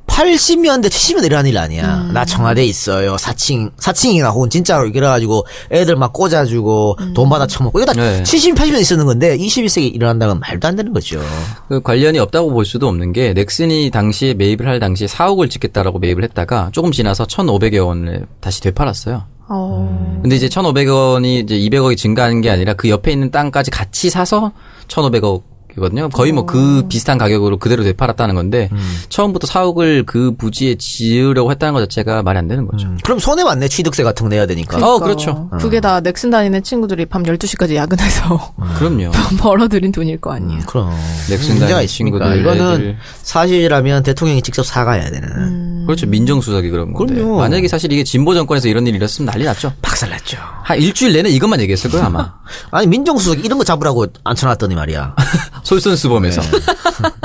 80년대 70년대 일어난 일 아니야. 나 청와대에 있어요. 사칭 사칭이나 혹은 진짜로 이래 가지고 애들 막 꽂아주고 돈 받아 처먹고 이거 다 네. 70, 80년 있었는 건데 21세기 일어난다는 건 말도 안 되는 거죠. 그 관련이 없다고 볼 수도 없는 게 넥슨이 당시에 매입을 할 당시에 4억을 찍겠다라고 매입을 했다가 조금 지나서 1,500여 원에 다시 되팔았어요. 음. 어. 근데 이제 1,500원이 이제 200억이 증가하는 게 아니라 그 옆에 있는 땅까지 같이 사서 1,500억이거든요. 거의 뭐 어. 그 비슷한 가격으로 그대로 되팔았다는 건데 처음부터 4억을 그 부지에 지으려고 했다는 것 자체가 말이 안 되는 거죠. 그럼 손해 맞네. 취득세 같은 거 내야 되니까. 어, 그렇죠. 그게 다 넥슨 다니는 친구들이 밤 12시까지 야근해서 그럼요. 벌어들인 돈일 거 아니에요. 음, 그럼 넥슨 음. 문제가 다니는 있으니까 친구들, 이거는 애들. 사실이라면 대통령이 직접 사과해야 되는 그렇죠. 민정수석이 그런 건데. 그럼요. 만약에 사실 이게 진보 정권에서 이런 일이 일었으면 난리 났죠. 박살났죠. 한 일주일 내내 이것만 얘기했을 거예요, 아마. 아니 민정수석 이런 거 잡으라고 앉혀놨더니 말이야. 솔선수범에서. 네.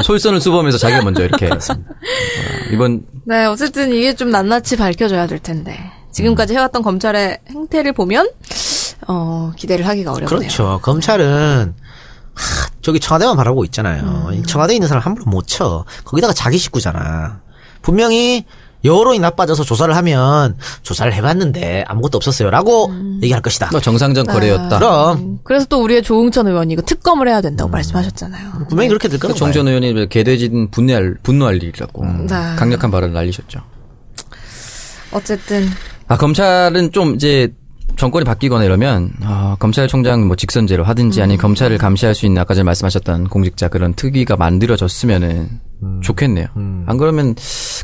솔선을 수범해서 자기가 먼저 이렇게. 어, 이번 네, 어쨌든 이게 좀 낱낱이 밝혀져야 될 텐데. 음. 지금까지 해왔던 검찰의 행태를 보면, 어, 기대를 하기가 어렵네요. 그렇죠. 검찰은 하, 저기 청와대만 바라보고 있잖아요. 음. 이 청와대에 있는 사람 함부로 못 쳐. 거기다가 자기 식구잖아. 분명히 여론이 나빠져서 조사를 하면 조사를 해봤는데 아무것도 없었어요라고 음. 얘기할 것이다. 뭐 정상적 아. 거래였다. 그럼 그래서 또 우리의 조응천 의원이 이거 특검을 해야 된다고 음. 말씀하셨잖아요. 분명히 그렇게 될 거라고. 음. 정전 의원이 개돼진 분노할 분노할 일이라고 네. 강력한 발언을 날리셨죠. 어쨌든, 아 검찰은 좀 이제 정권이 바뀌거나 이러면 아, 검찰총장 뭐 직선제로 하든지 음. 아니면 검찰을 감시할 수 있는 아까 전에 말씀하셨던 공직자 그런 특위가 만들어졌으면은 음. 좋겠네요. 안 그러면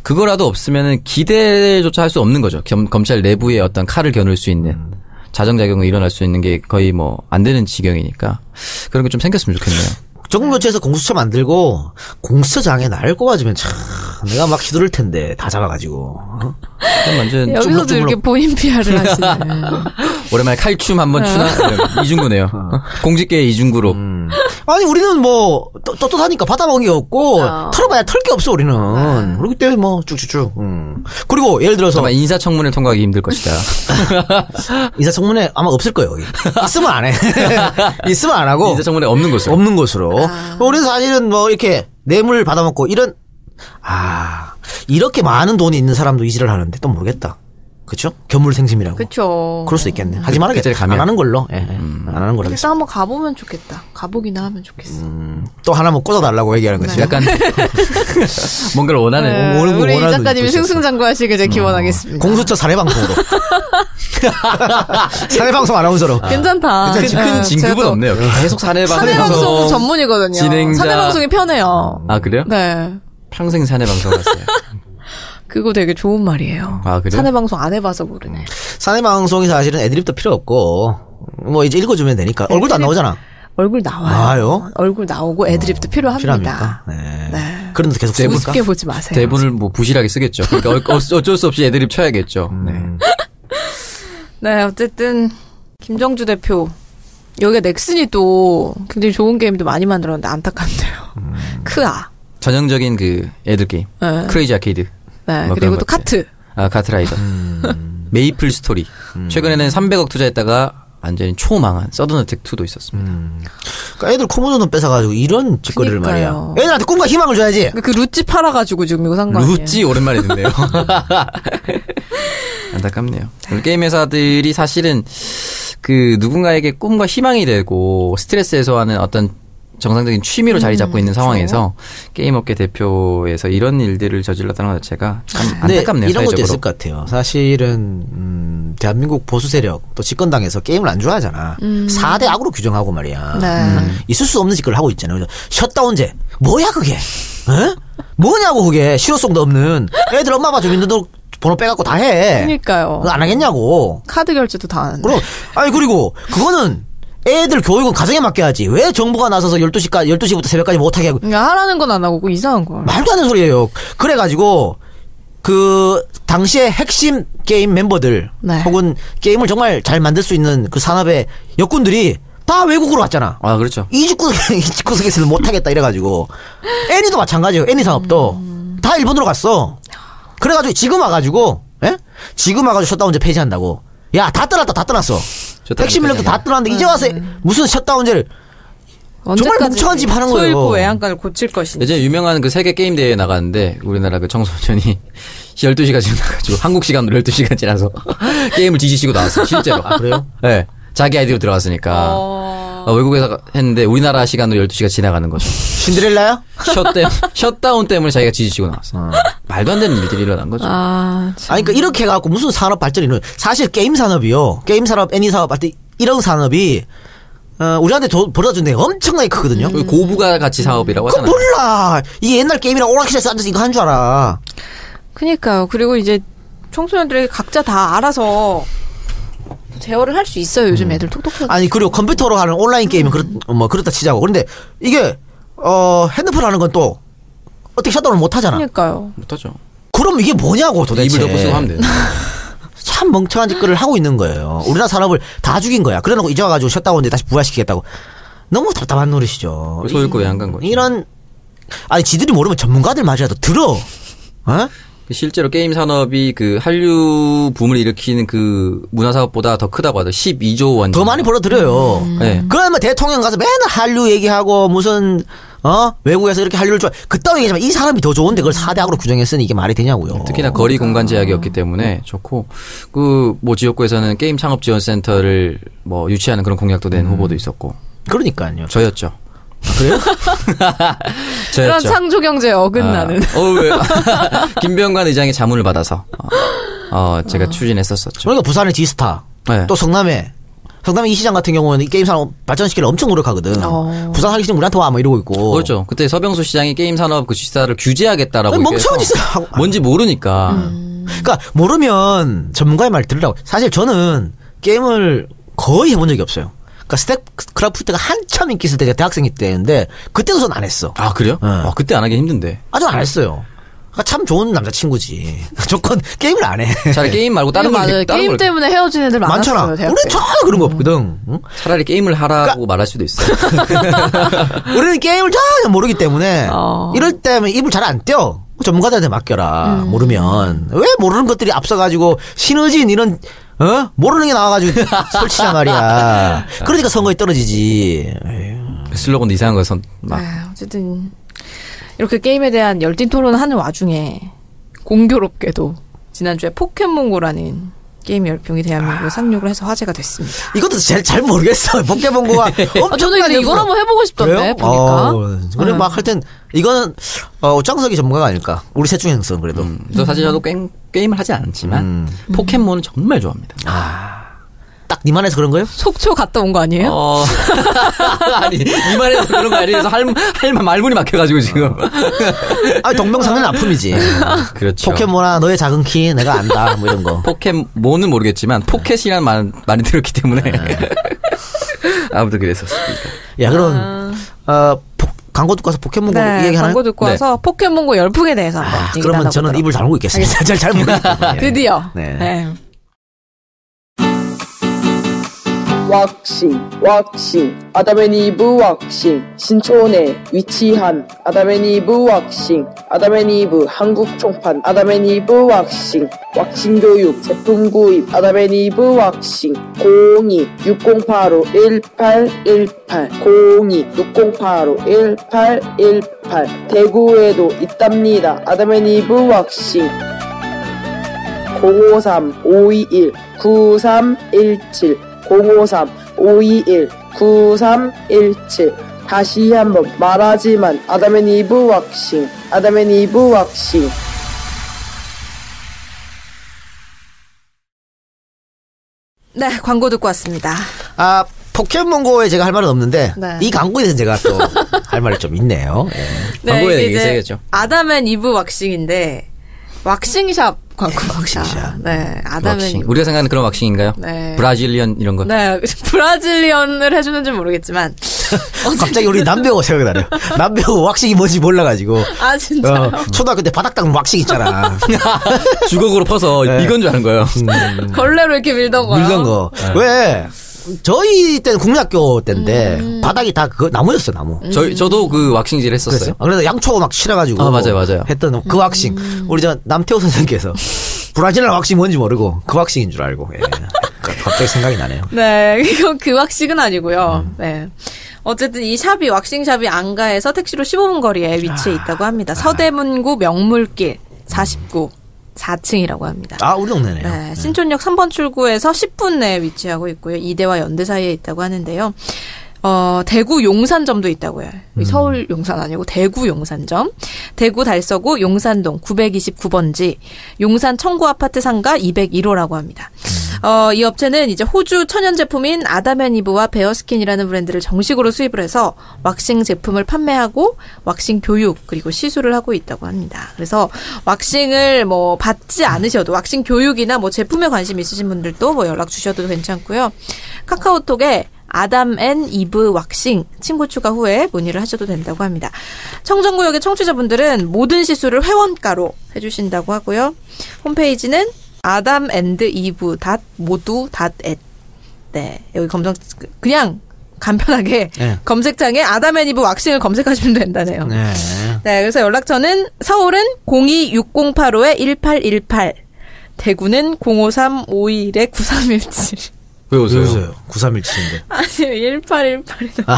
그거라도 없으면은 기대조차 할 수 없는 거죠. 겸- 검찰 내부의 어떤 칼을 겨눌 수 있는 음. 자정작용이 일어날 수 있는 게 거의 뭐 안 되는 지경이니까 그런 게 좀 생겼으면 좋겠네요. 전국교체에서 공수처 만들고 공수처장에 나를 꼽아주면 참 내가 막 휘두를 텐데 다 잡아가지고 어? 그럼 완전 좀 여기서도 이렇게 본인 PR을 하시는. 음. 오랜만에 칼춤 한번 추나 어. 이런 이중구네요. 공직계의 이중구로. 음. 아니 우리는 뭐 떳- 떳떳하니까 받아먹은 게 없고 어. 아. 털어봐야 털 게 없어 우리는 그렇기 때문에 뭐 쭉쭉쭉 음. 그리고 예를 들어서 아마 인사청문회 통과하기 힘들 것이다. 인사청문회 아마 없을 거예요 여기. 있으면 안해 있으면 안 하고 인사청문회 아. 없는 곳으로. 없는 것으로 우리는 사실은 뭐 이렇게 뇌물 받아먹고 이런 아 이렇게 많은 돈이 있는 사람도 이질을 하는데 또 모르겠다 그쵸? 견물생심이라고 그쵸. 그럴 수 있겠네. 하지 말아야겠 그때를 안 가면. 음. 하는 걸로. 예, 예. 안 하는 걸로. 그래서 한번 가보면 좋겠다. 가보기나 하면 좋겠어. 또 하나 뭐 꽂아달라고 얘기하는 거지. 약간 뭔가를 원하는. 네, 뭐, 원하는 거 우리 이 원하는 작가님이 거 있었어. 승승장구하시길 제가 네. 기원하겠습니다. 음. 공수처 사례방송으로. 사례방송 아나운서로. 괜찮다. 큰, 큰 네, 진급은 제가 또 없네요. 계속 사내방송. 사내방송 전문이거든요. 진행자. 사내방송이 편해요. 아 그래요? 네. 평생 사내방송 하세요. 그거 되게 좋은 말이에요. 아, 그래요? 사내방송 안 해봐서 모르네. 사례방송이 사실은 애드립도 필요 없고, 뭐 이제 읽어주면 되니까. 네, 얼굴도 안 나오잖아. 얼굴 나와요. 나와요? 어, 얼굴 나오고 애드립도 필요합니까? 필요합니다. 네. 네. 그런데 계속 쓰고 있을까? 네 우습게 보지 마세요. 대본을 뭐 부실하게 쓰겠죠. 그러니까 어- 어- 어쩔 수 없이 애드립 음. 쳐야겠죠. 네. 네, 어쨌든 김정주 대표 여기가 넥슨이 또 굉장히 좋은 게임도 많이 만들었는데 안타깝네요. 음. 크아. 전형적인 그 애들 게임. 네. 크레이지 아케이드. 네. 뭐 그리고 그런 또 것들. 카트. 음. 아, 카트라이더. 메이플 스토리. 최근에는 300억 투자했다가 완전히 초망한 서든 어택 2도 있었습니다. 그러니까 애들 코모도돈 뺏어가지고 이런 짓거리를 그러니까요. 말이야. 애들한테 꿈과 희망을 줘야지. 그 루찌 팔아가지고 지금 이거 산 거 아니에요? 루찌 오랜만에 듣네요. 안타깝네요. 우리 게임 회사들이 사실은 그 누군가에게 꿈과 희망이 되고 스트레스에서 하는 어떤 정상적인 취미로 음, 자리 잡고 있는 상황에서 게임업계 대표에서 이런 일들을 저질렀다는 것 자체가 참 근데 안타깝네요. 이런 것도 사회적으로. 있을 것 같아요. 사실은 음, 대한민국 보수 세력 또 집권당에서 게임을 안 좋아하잖아. 사 4대 악으로 규정하고 말이야. 음. 네. 있을 수 없는 짓을 하고 있잖아요. 그래서 셧다운제 뭐야 그게? 에? 뭐냐고 그게 실효성도 없는 애들 엄마 아빠 주민등록 번호 빼갖고 다 해. 그러니까요. 그거 안 하겠냐고. 카드 결제도 다 하는데. 네. 그럼 아니 그리고 그거는 애들 교육은 가정에 맡겨야지. 왜 정부가 나서서 12시까지 12시부터 새벽까지 못 하게 하고 그러니까 하라는 건 안 하고 꼭 이상한 걸. 말도 안 되는 소리예요. 그래가지고 그 당시에 핵심 게임 멤버들 네. 혹은 게임을 정말 잘 만들 수 있는 그 산업의 역군들이 다 외국으로 왔잖아. 아 그렇죠. 이집구석에 이집구석에서는 못하겠다 이래가지고 애니도 마찬가지예요. 애니 산업도 다 일본으로 갔어. 그래가지고 지금 와가지고 예? 지금 와가지고 셧다운제 폐지한다고. 야 다 떠났다 다 떠났어. 셧다운제 핵심 인력도 다 폐지하냐. 떠났는데 이제 와서 무슨 셧다운제를 정말 멍청한 짓 하는 거예요. 네. 소일고 외양간을 고칠 것인지. 예전에 유명한 그 세계 게임 대회에 나갔는데 우리나라 그 청소년이 12시가 지나가지고 한국 시간으로 12시가 지나서 게임을 뒤지시고 나왔어 요 실제로. 아 그래요? 네. 자기 아이디로 들어갔으니까. 어, 외국에서 했는데 우리나라 시간으로 12시가 지나가는 거죠. 신데렐라야? 셧다운, 셧다운 때문에 자기가 지지시고 나왔어. 요 말도 안 되는 일들이 일어난 거죠. 아, 아니, 그러니까 이렇게 해갖고 무슨 산업 발전이 일어나 사실 게임 산업이요. 게임 산업, 애니 산업, 하여튼 이런 산업이, 어, 우리한테 돈 벌어준 데 엄청나게 크거든요. 그리고 고부가 같이 사업이라고 그 하잖아요. 몰라! 이게 옛날 게임이랑 오락실에서 앉아서 이거 한 줄 알아. 그니까요. 그리고 이제 청소년들이 각자 다 알아서 제어를 할 수 있어요. 요즘 애들 똑똑하게. 아니, 그리고 컴퓨터로 하는 온라인 게임은 그렇, 뭐, 그렇다 치자고. 그런데 이게, 어, 핸드폰 하는 건 또, 어떻게 셧다운을 못 하잖아. 그니까요. 못하죠. 그럼 이게 뭐냐고 도대체. 입을 덮고 쓰고 하면 돼요. 참 멍청한 짓거리를 하고 있는 거예요. 우리나라 산업을 다 죽인 거야. 그래놓고 이제 와가지고 셧다운인데 다시 부활시키겠다고. 너무 답답한 노릇이죠. 소유권 양간 거죠. 이런 아니 지들이 모르면 전문가들 말이라도 들어. 어? 그 실제로 게임 산업이 그 한류 붐을 일으키는 그 문화 사업보다 더 크다고 하죠. 12조 원. 더 많이 벌어들여요. 네. 그러면 대통령 가서 맨날 한류 얘기하고 무슨 어 외국에서 이렇게 한류를 좋아 그따위 얘기하지만 이 사람이 더 좋은데 그걸 4대학으로 규정했으니 이게 말이 되냐고요. 특히나 거리 공간 제약이 없기 때문에 좋고 그 뭐 지역구에서는 게임 창업 지원 센터를 뭐 유치하는 그런 공약도 음. 낸 후보도 있었고 그러니까요. 아, 저였죠. 그래요? 그렇죠. 그런 저였죠. 창조 경제에 어긋나는. 네, 아, 어, 왜? 김병관 의장의 자문을 받아서 어, 어, 아. 제가 추진했었었죠. 그러니까 부산의 지스타 네. 또 성남에 성남의 이 시장 같은 경우는 이 게임 산업 발전시키려 엄청 노력하거든. 어. 부산 하기 싫으면 우리한테 와뭐 이러고 있고. 그렇죠. 그때 서병수 시장이 게임 산업 그 지사를 규제하겠다라고 아니, 이렇게 멍청한 해서 짓을 하고- 뭔지 모르니까 음. 그러니까 모르면 전문가의 말 들으라고. 사실 저는 게임을 거의 해본 적이 없어요. 그러니까 스택크래프트가 한참 인기 있을 때가 대학생 때인데 그때도 전 안 했어. 아 그래요? 네. 아, 그때 안 하기 힘든데. 아주 안 했어요. 그러니까 참 좋은 남자친구지. 조건 게임을 안 해. 차라리 게임 말고 다른 걸 맞아요. 이렇게- 다른 게임 걸 때문에 헤어진 애들 많았어요. 음. 많잖아. 대학교. 우리는 전혀 그런 거 없거든. 응? 차라리 게임을 하라고 그러니까 말할 수도 있어요. 우리는 게임을 전혀 모르기 때문에 어. 이럴 때면 입을 잘 안 떼어. 그 전문가들한테 맡겨라. 음. 모르면 왜 모르는 것들이 앞서가지고 신의진 이런 어 모르는 게 나와가지고 설치자 말이야. 그러니까 선거에 떨어지지. 에휴. 슬로건도 이상한 거선 막 아, 어쨌든 이렇게 게임에 대한 열띤 토론을 하는 와중에 공교롭게도 지난주에 포켓몬고라는 게임 열풍이 대한민국에 상륙을 해서 화제가 됐습니다. 이것도 제일 잘 모르겠어. 포켓몬고가 아, 저는 이거 이걸 한번 해보고 싶던데 그래요? 보니까. 네. 음. 어, 그래 막 할 땐 이거는 어, 짱석이 전문가가 아닐까. 우리 셋 중에 형성 그래도. 저 사실 저도 게임, 게임을 하지 않지만 포켓몬은 정말 좋아합니다. 딱 니만해서 그런 거예요? 속초 갔다 온 거 아니에요? 어. 아니 이 말에서 그런 거 아니라서 할, 할말 말문이 막혀가지고 지금. 아 음. 동명상은 아픔이지. 어, 그렇죠. 포켓몬아 너의 작은 키 내가 안다 뭐 이런 거. 포켓몬은 모르겠지만 포켓이라는 말 많이 들었기 때문에 아무튼 그랬었습니다. 야 아. 그럼 어, 포- 광고 듣고 와서 포켓몬고 네, 얘기 하나요? 광고 듣고 네. 와서 포켓몬고 그 열풍에 대해서 한번 아, 얘기 그러면 저는 나눠보도록. 네. 입을 다물고 있겠습니다. 네. 잘잘 모르겠어요. 드디어 네. 네. 왁싱, 왁싱, 아담앤이브 왁싱, 신촌에 위치한 아담앤이브 왁싱, 아담앤이브 한국 총판, 아담앤이브 왁싱, 왁싱 교육, 제품 구입, 아담앤이브 왁싱, 02 6085 1818, 02 6085 1818, 대구에도 있답니다. 아담앤이브 왁싱. 053-521-9317 053-521-9317 다시 한번 말하지만 아담앤 이브 왁싱 아담앤 이브 왁싱 네, 광고 듣고 왔습니다. 아, 포켓몬고에 제가 할 말은 없는데 네. 이 광고에 대해서 제가 또 할 말이 좀 있네요. 예. 네, 광고에 이게 이제 얘기해야죠. 아담앤 이브 왁싱인데 왁싱샵 광고입니다. 왁싱샵. 네, 아담앤 왁싱. 이브. 우리가 생각하는 그런 왁싱인가요? 네. 브라질리언 이런 거. 네, 브라질리언을 해주는지 모르겠지만 갑자기 우리 남배우가 생각이 나네요. 남배우 왁싱이 뭔지 몰라가지고. 아 진짜 요 어, 초등학교 때 바닥 닦은 왁싱 있잖아. 주걱으로 퍼서 이건 줄 아는 거예요. 걸레로 이렇게 밀던 거요. 물던 음. 거. 네. 왜? 저희 때는 국민학교 때인데 바닥이 다 그거 나무였어 나무. 아, 저, 저도 그 왁싱질 했었어요. 그래서 그래서 양초 막 칠해가지고 아, 맞아요, 맞아요. 했던 그 왁싱 우리 저 남태호 선생님께서 브라질한 왁싱 뭔지 모르고 그 왁싱인 줄 알고 예. 그러니까 갑자기 생각이 나네요. 네, 이건 그 왁싱은 아니고요. 음. 네. 어쨌든 이 샵이 왁싱샵이 안가에서 택시로 15분 거리에 아, 위치해 있다고 합니다. 서대문구 명물길 49 4층이라고 합니다. 아 우리 동네네요. 네, 신촌역 3번 출구에서 10분 내에 위치하고 있고요. 이대와 연대 사이에 있다고 하는데요. 어, 대구 용산점도 있다고요. 음. 이 서울 용산 아니고 대구 용산점. 대구 달서구 용산동 929번지 용산 청구 아파트 상가 201호라고 합니다. 음. 어, 이 업체는 이제 호주 천연 제품인 아담앤이브와 베어스킨이라는 브랜드를 정식으로 수입을 해서 왁싱 제품을 판매하고 왁싱 교육 그리고 시술을 하고 있다고 합니다. 그래서 왁싱을 뭐 받지 않으셔도 왁싱 교육이나 뭐 제품에 관심 있으신 분들도 뭐 연락 주셔도 괜찮고요. 카카오톡에 아담 앤 이브 왁싱 친구 추가 후에 문의를 하셔도 된다고 합니다. 청정구역의 청취자분들은 모든 시술을 회원가로 해주신다고 하고요. 홈페이지는 아담 앤드 이브 닷 모두 닷 앳. 네 여기 검정 그냥 간편하게 네. 검색창에 아담 앤 이브 왁싱을 검색하시면 된다네요. 네. 네, 그래서 연락처는 서울은 026085-1818, 대구는 05351-9317. 왜 요새요. 9317인데. 아니, 1818이다. 아,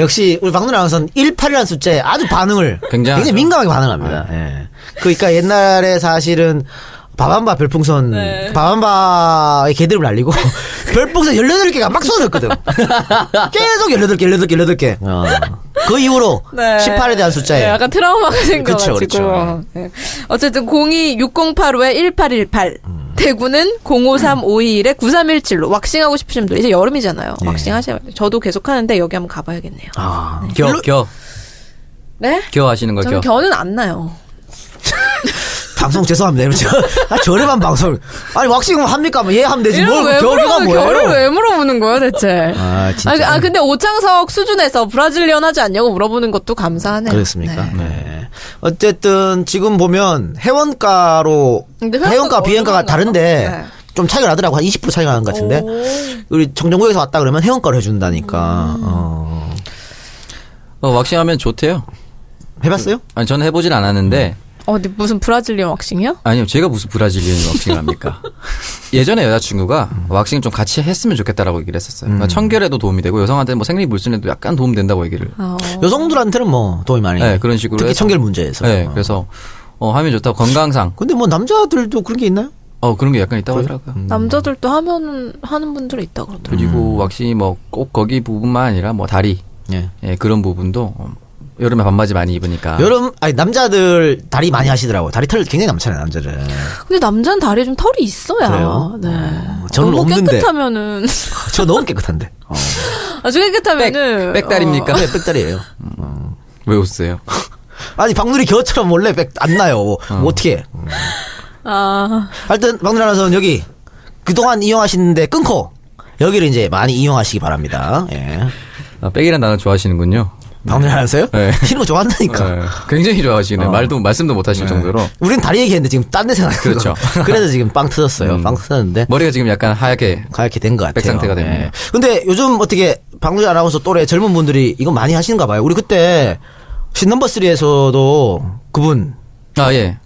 역시 우리 박누나 아나운서는 18이라는 숫자에 아주 반응을 굉장하죠. 아. 굉장히 민감하게 반응합니다. 예. 그러니까 옛날에 사실은 바밤바 별풍선 네. 바밤바의 개들을 날리고 별풍선 18개가 막 쏟아졌거든. 계속 18개 18개 18개. 어. 그 이후로 18에 대한 숫자에 네, 약간 트라우마가 생겨가지고. 그렇죠. 네. 어쨌든 026085-1818. 음. 대구는 05352-9317로 왁싱하고 싶으신 분들 이제 여름이잖아요. 예. 왁싱 하셔야 돼요. 저도 계속 하는데 여기 한번 가봐야겠네요. 아, 겨, 겨. 네? 겨 하시는 거 저는 겨. 견은 안 나요. 방송 죄송합니다. 이러면 저, 아, 저렴한 방송. 아니 왁싱 합니까? 뭐, 예 하면 되지. 이런 뭘 거왜 겨울이가 물어보는 뭐예요? 겨울을 왜 물어보는 거야 대체? 아, 진짜. 아, 아, 근데 오창석 수준에서 브라질리언 하지 않냐고 물어보는 것도 감사하네. 그렇습니까? 네. 네. 어쨌든 지금 보면 회원가로 근데 회원가가 회원가 비회원가가 얼마나 다른데 나요? 네. 좀 차이가 나더라고 한 20% 차이가 나는 것 같은데 우리 정정구에서 왔다 그러면 회원가로 해준다니까 음. 어. 어, 왁싱하면 좋대요. 해봤어요? 아니, 저는 해보진 않았는데. 어, 근데 무슨 브라질리언 왁싱이야? 아니요, 제가 무슨 브라질리언 왁싱을 합니까? 예전에 여자친구가 왁싱 좀 같이 했으면 좋겠다라고 얘기를 했었어요. 음. 그러니까 청결에도 도움이 되고 여성한테 뭐 생리 물순에도 약간 도움 된다고 얘기를. 아, 음. 어. 여성들한테는 뭐 도움이 많이 네, 그런 식으로 특히 해서. 청결 문제에서 네, 어. 그래서 어, 하면 좋다. 건강상 근데 뭐 남자들도 그런 게 있나요? 어 그런 게 약간 있다고 하더라고요. 음. 남자들도 하면 하는 분들 있다 그러더라고. 그리고 왁싱이 뭐 꼭 거기 부분만 아니라 뭐 다리 예. 예, 그런 부분도 어, 여름에 반바지 많이 입으니까 여름 아니 남자들 다리 많이 하시더라고 다리 털 굉장히 남잖아요 남자들은 근데 남자는 다리에 좀 털이 있어야. 그래요? 네. 저는 너무 없는데. 깨끗하면은 저 너무 깨끗한데 어. 아주 깨끗하면은 백- 백다리입니까? 어, 네, 빽다리예요 왜 웃으세요? 아니 박누리 겨처럼 원래 빽 안 나요 뭐 어떻게 해 아, 하여튼 박누리 아나운서는 여기 그동안 이용하시는데 끊고 여기를 이제 많이 이용하시기 바랍니다. 예. 아, 백이란 단어 좋아하시는군요. 방송 안 하세요? 네. 이런 거 좋아한다니까. 어. 네. 굉장히 좋아하시네요. 말도 말씀도 못 하실 정도로 우린 다리 얘기했는데 지금 딴 데 생각하는 그렇죠. 거. 그래서 지금 빵 터졌어요. 음. 빵 터졌는데 머리가 지금 약간 하얗게 가볍게 된 것 같아요. 백상태가 네. 됩니다. 근데 요즘 어떻게 방송 아나운서 또래 젊은 분들이 이거 많이 하시는가 봐요. 우리 그때 신넘버 3에서도 그분 아 예.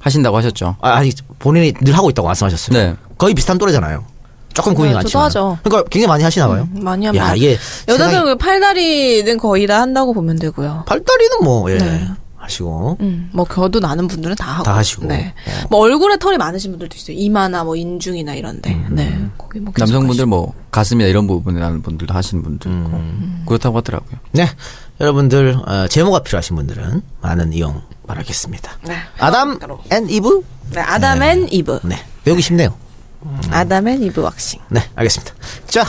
하신다고 하셨죠. 아, 아니 본인이 늘 하고 있다고 말씀하셨어요. 네. 거의 비슷한 또래잖아요. 조금 고민이 네, 저도 많지만. 하죠. 음, 그러니까 굉장히 많이 하시나 봐요. 많이 합니다. 야 이게 여자들은 세상에 그 팔다리는 거의 다 한다고 보면 되고요. 팔다리는 뭐 예. 네. 하시고 음, 뭐 겨도 나는 분들은 다 하고. 다 하시고. 네. 뭐 얼굴에 털이 많으신 분들도 있어요. 이마나 뭐 인중이나 이런데. 음. 네. 거기 뭐 계속 남성분들 뭐 가슴이나 이런 부분에 하는 분들도 하시는 분들 음. 있고 그렇다고 하더라고요. 네 여러분들 어, 제모가 필요하신 분들은 많은 이용 바라겠습니다. 하시고. 네. 아담 앤 이브 네, 아담 앤 이브. 네 배우기 쉽네요. 아담 앤 이브 왁싱. 네, 알겠습니다. 자,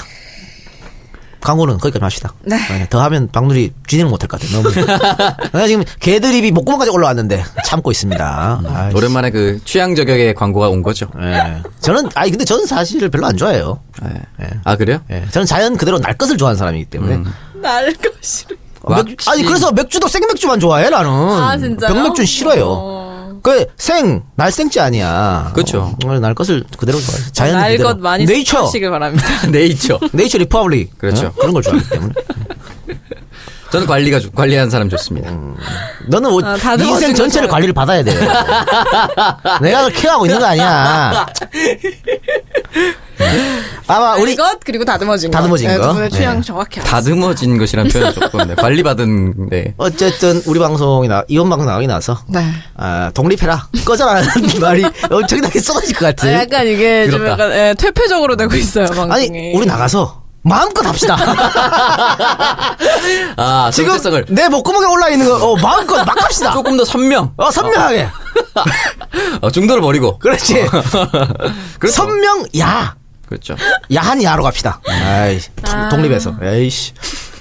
광고는 거기까지 합시다. 네. 아니, 더 하면 박누리 진행 못할 것 같아. 너무. 내가 지금 개드립이 목구멍까지 올라왔는데 참고 있습니다. 아이, 오랜만에 그 취향 저격의 광고가 온 거죠. 예. 저는 아니 근데 저는 사실 별로 안 좋아해요. 예. 아 그래요? 예. 저는 자연 그대로 날 것을 좋아하는 사람이기 때문에. 날 것이로. 어, 맥- 왁싱. 아니 그래서 맥주도 생맥주만 좋아해 나는. 아, 진짜요? 병맥주 는 싫어요. 어. 그생 날생지 아니야. 그쵸. 어, 날 것을 그대로 좋아해. 자연 날 그대로. 것 많이 네이처. 쓰시길 바랍니다. 네이처. 네이처 리퍼블릭. 그렇죠. 어? 그런 걸 좋아하기 때문에. 저는 관리가 좋- 관리하는 사람 좋습니다. 음. 너는 뭐 아, 네 다들 인생 어쨌든 전체를 좋아요. 관리를 받아야 돼. 내가 그걸 케어하고 있는 거 아니야. 아마 우리 우리 것 그리고 다듬어진 것. 다듬어진 네, 거. 두 분의 취향 네. 정확히 알았어요. 다듬어진 것이란 표현이 좋던데 관리받은 네. 어쨌든 우리 방송이 나 이번 방송 나가기 나서 네. 아, 독립해라 꺼져라는 말이 엄청나게 쏟아질 것 아, 같은. 약간 이게 좀 그렇다. 약간 예, 퇴폐적으로 되고 있어요 방송이. 아니 우리 나가서 마음껏 합시다. 아 지금 정체성을 내 목구멍에 올라 있는 거 어, 마음껏 막 합시다. 조금 더 선명 어, 선명하게. 어, 중도를 버리고 그렇지. 그렇죠. 선명 야. 그렇죠. 야한 야로 갑시다. 아이, 독립해서. 에이씨.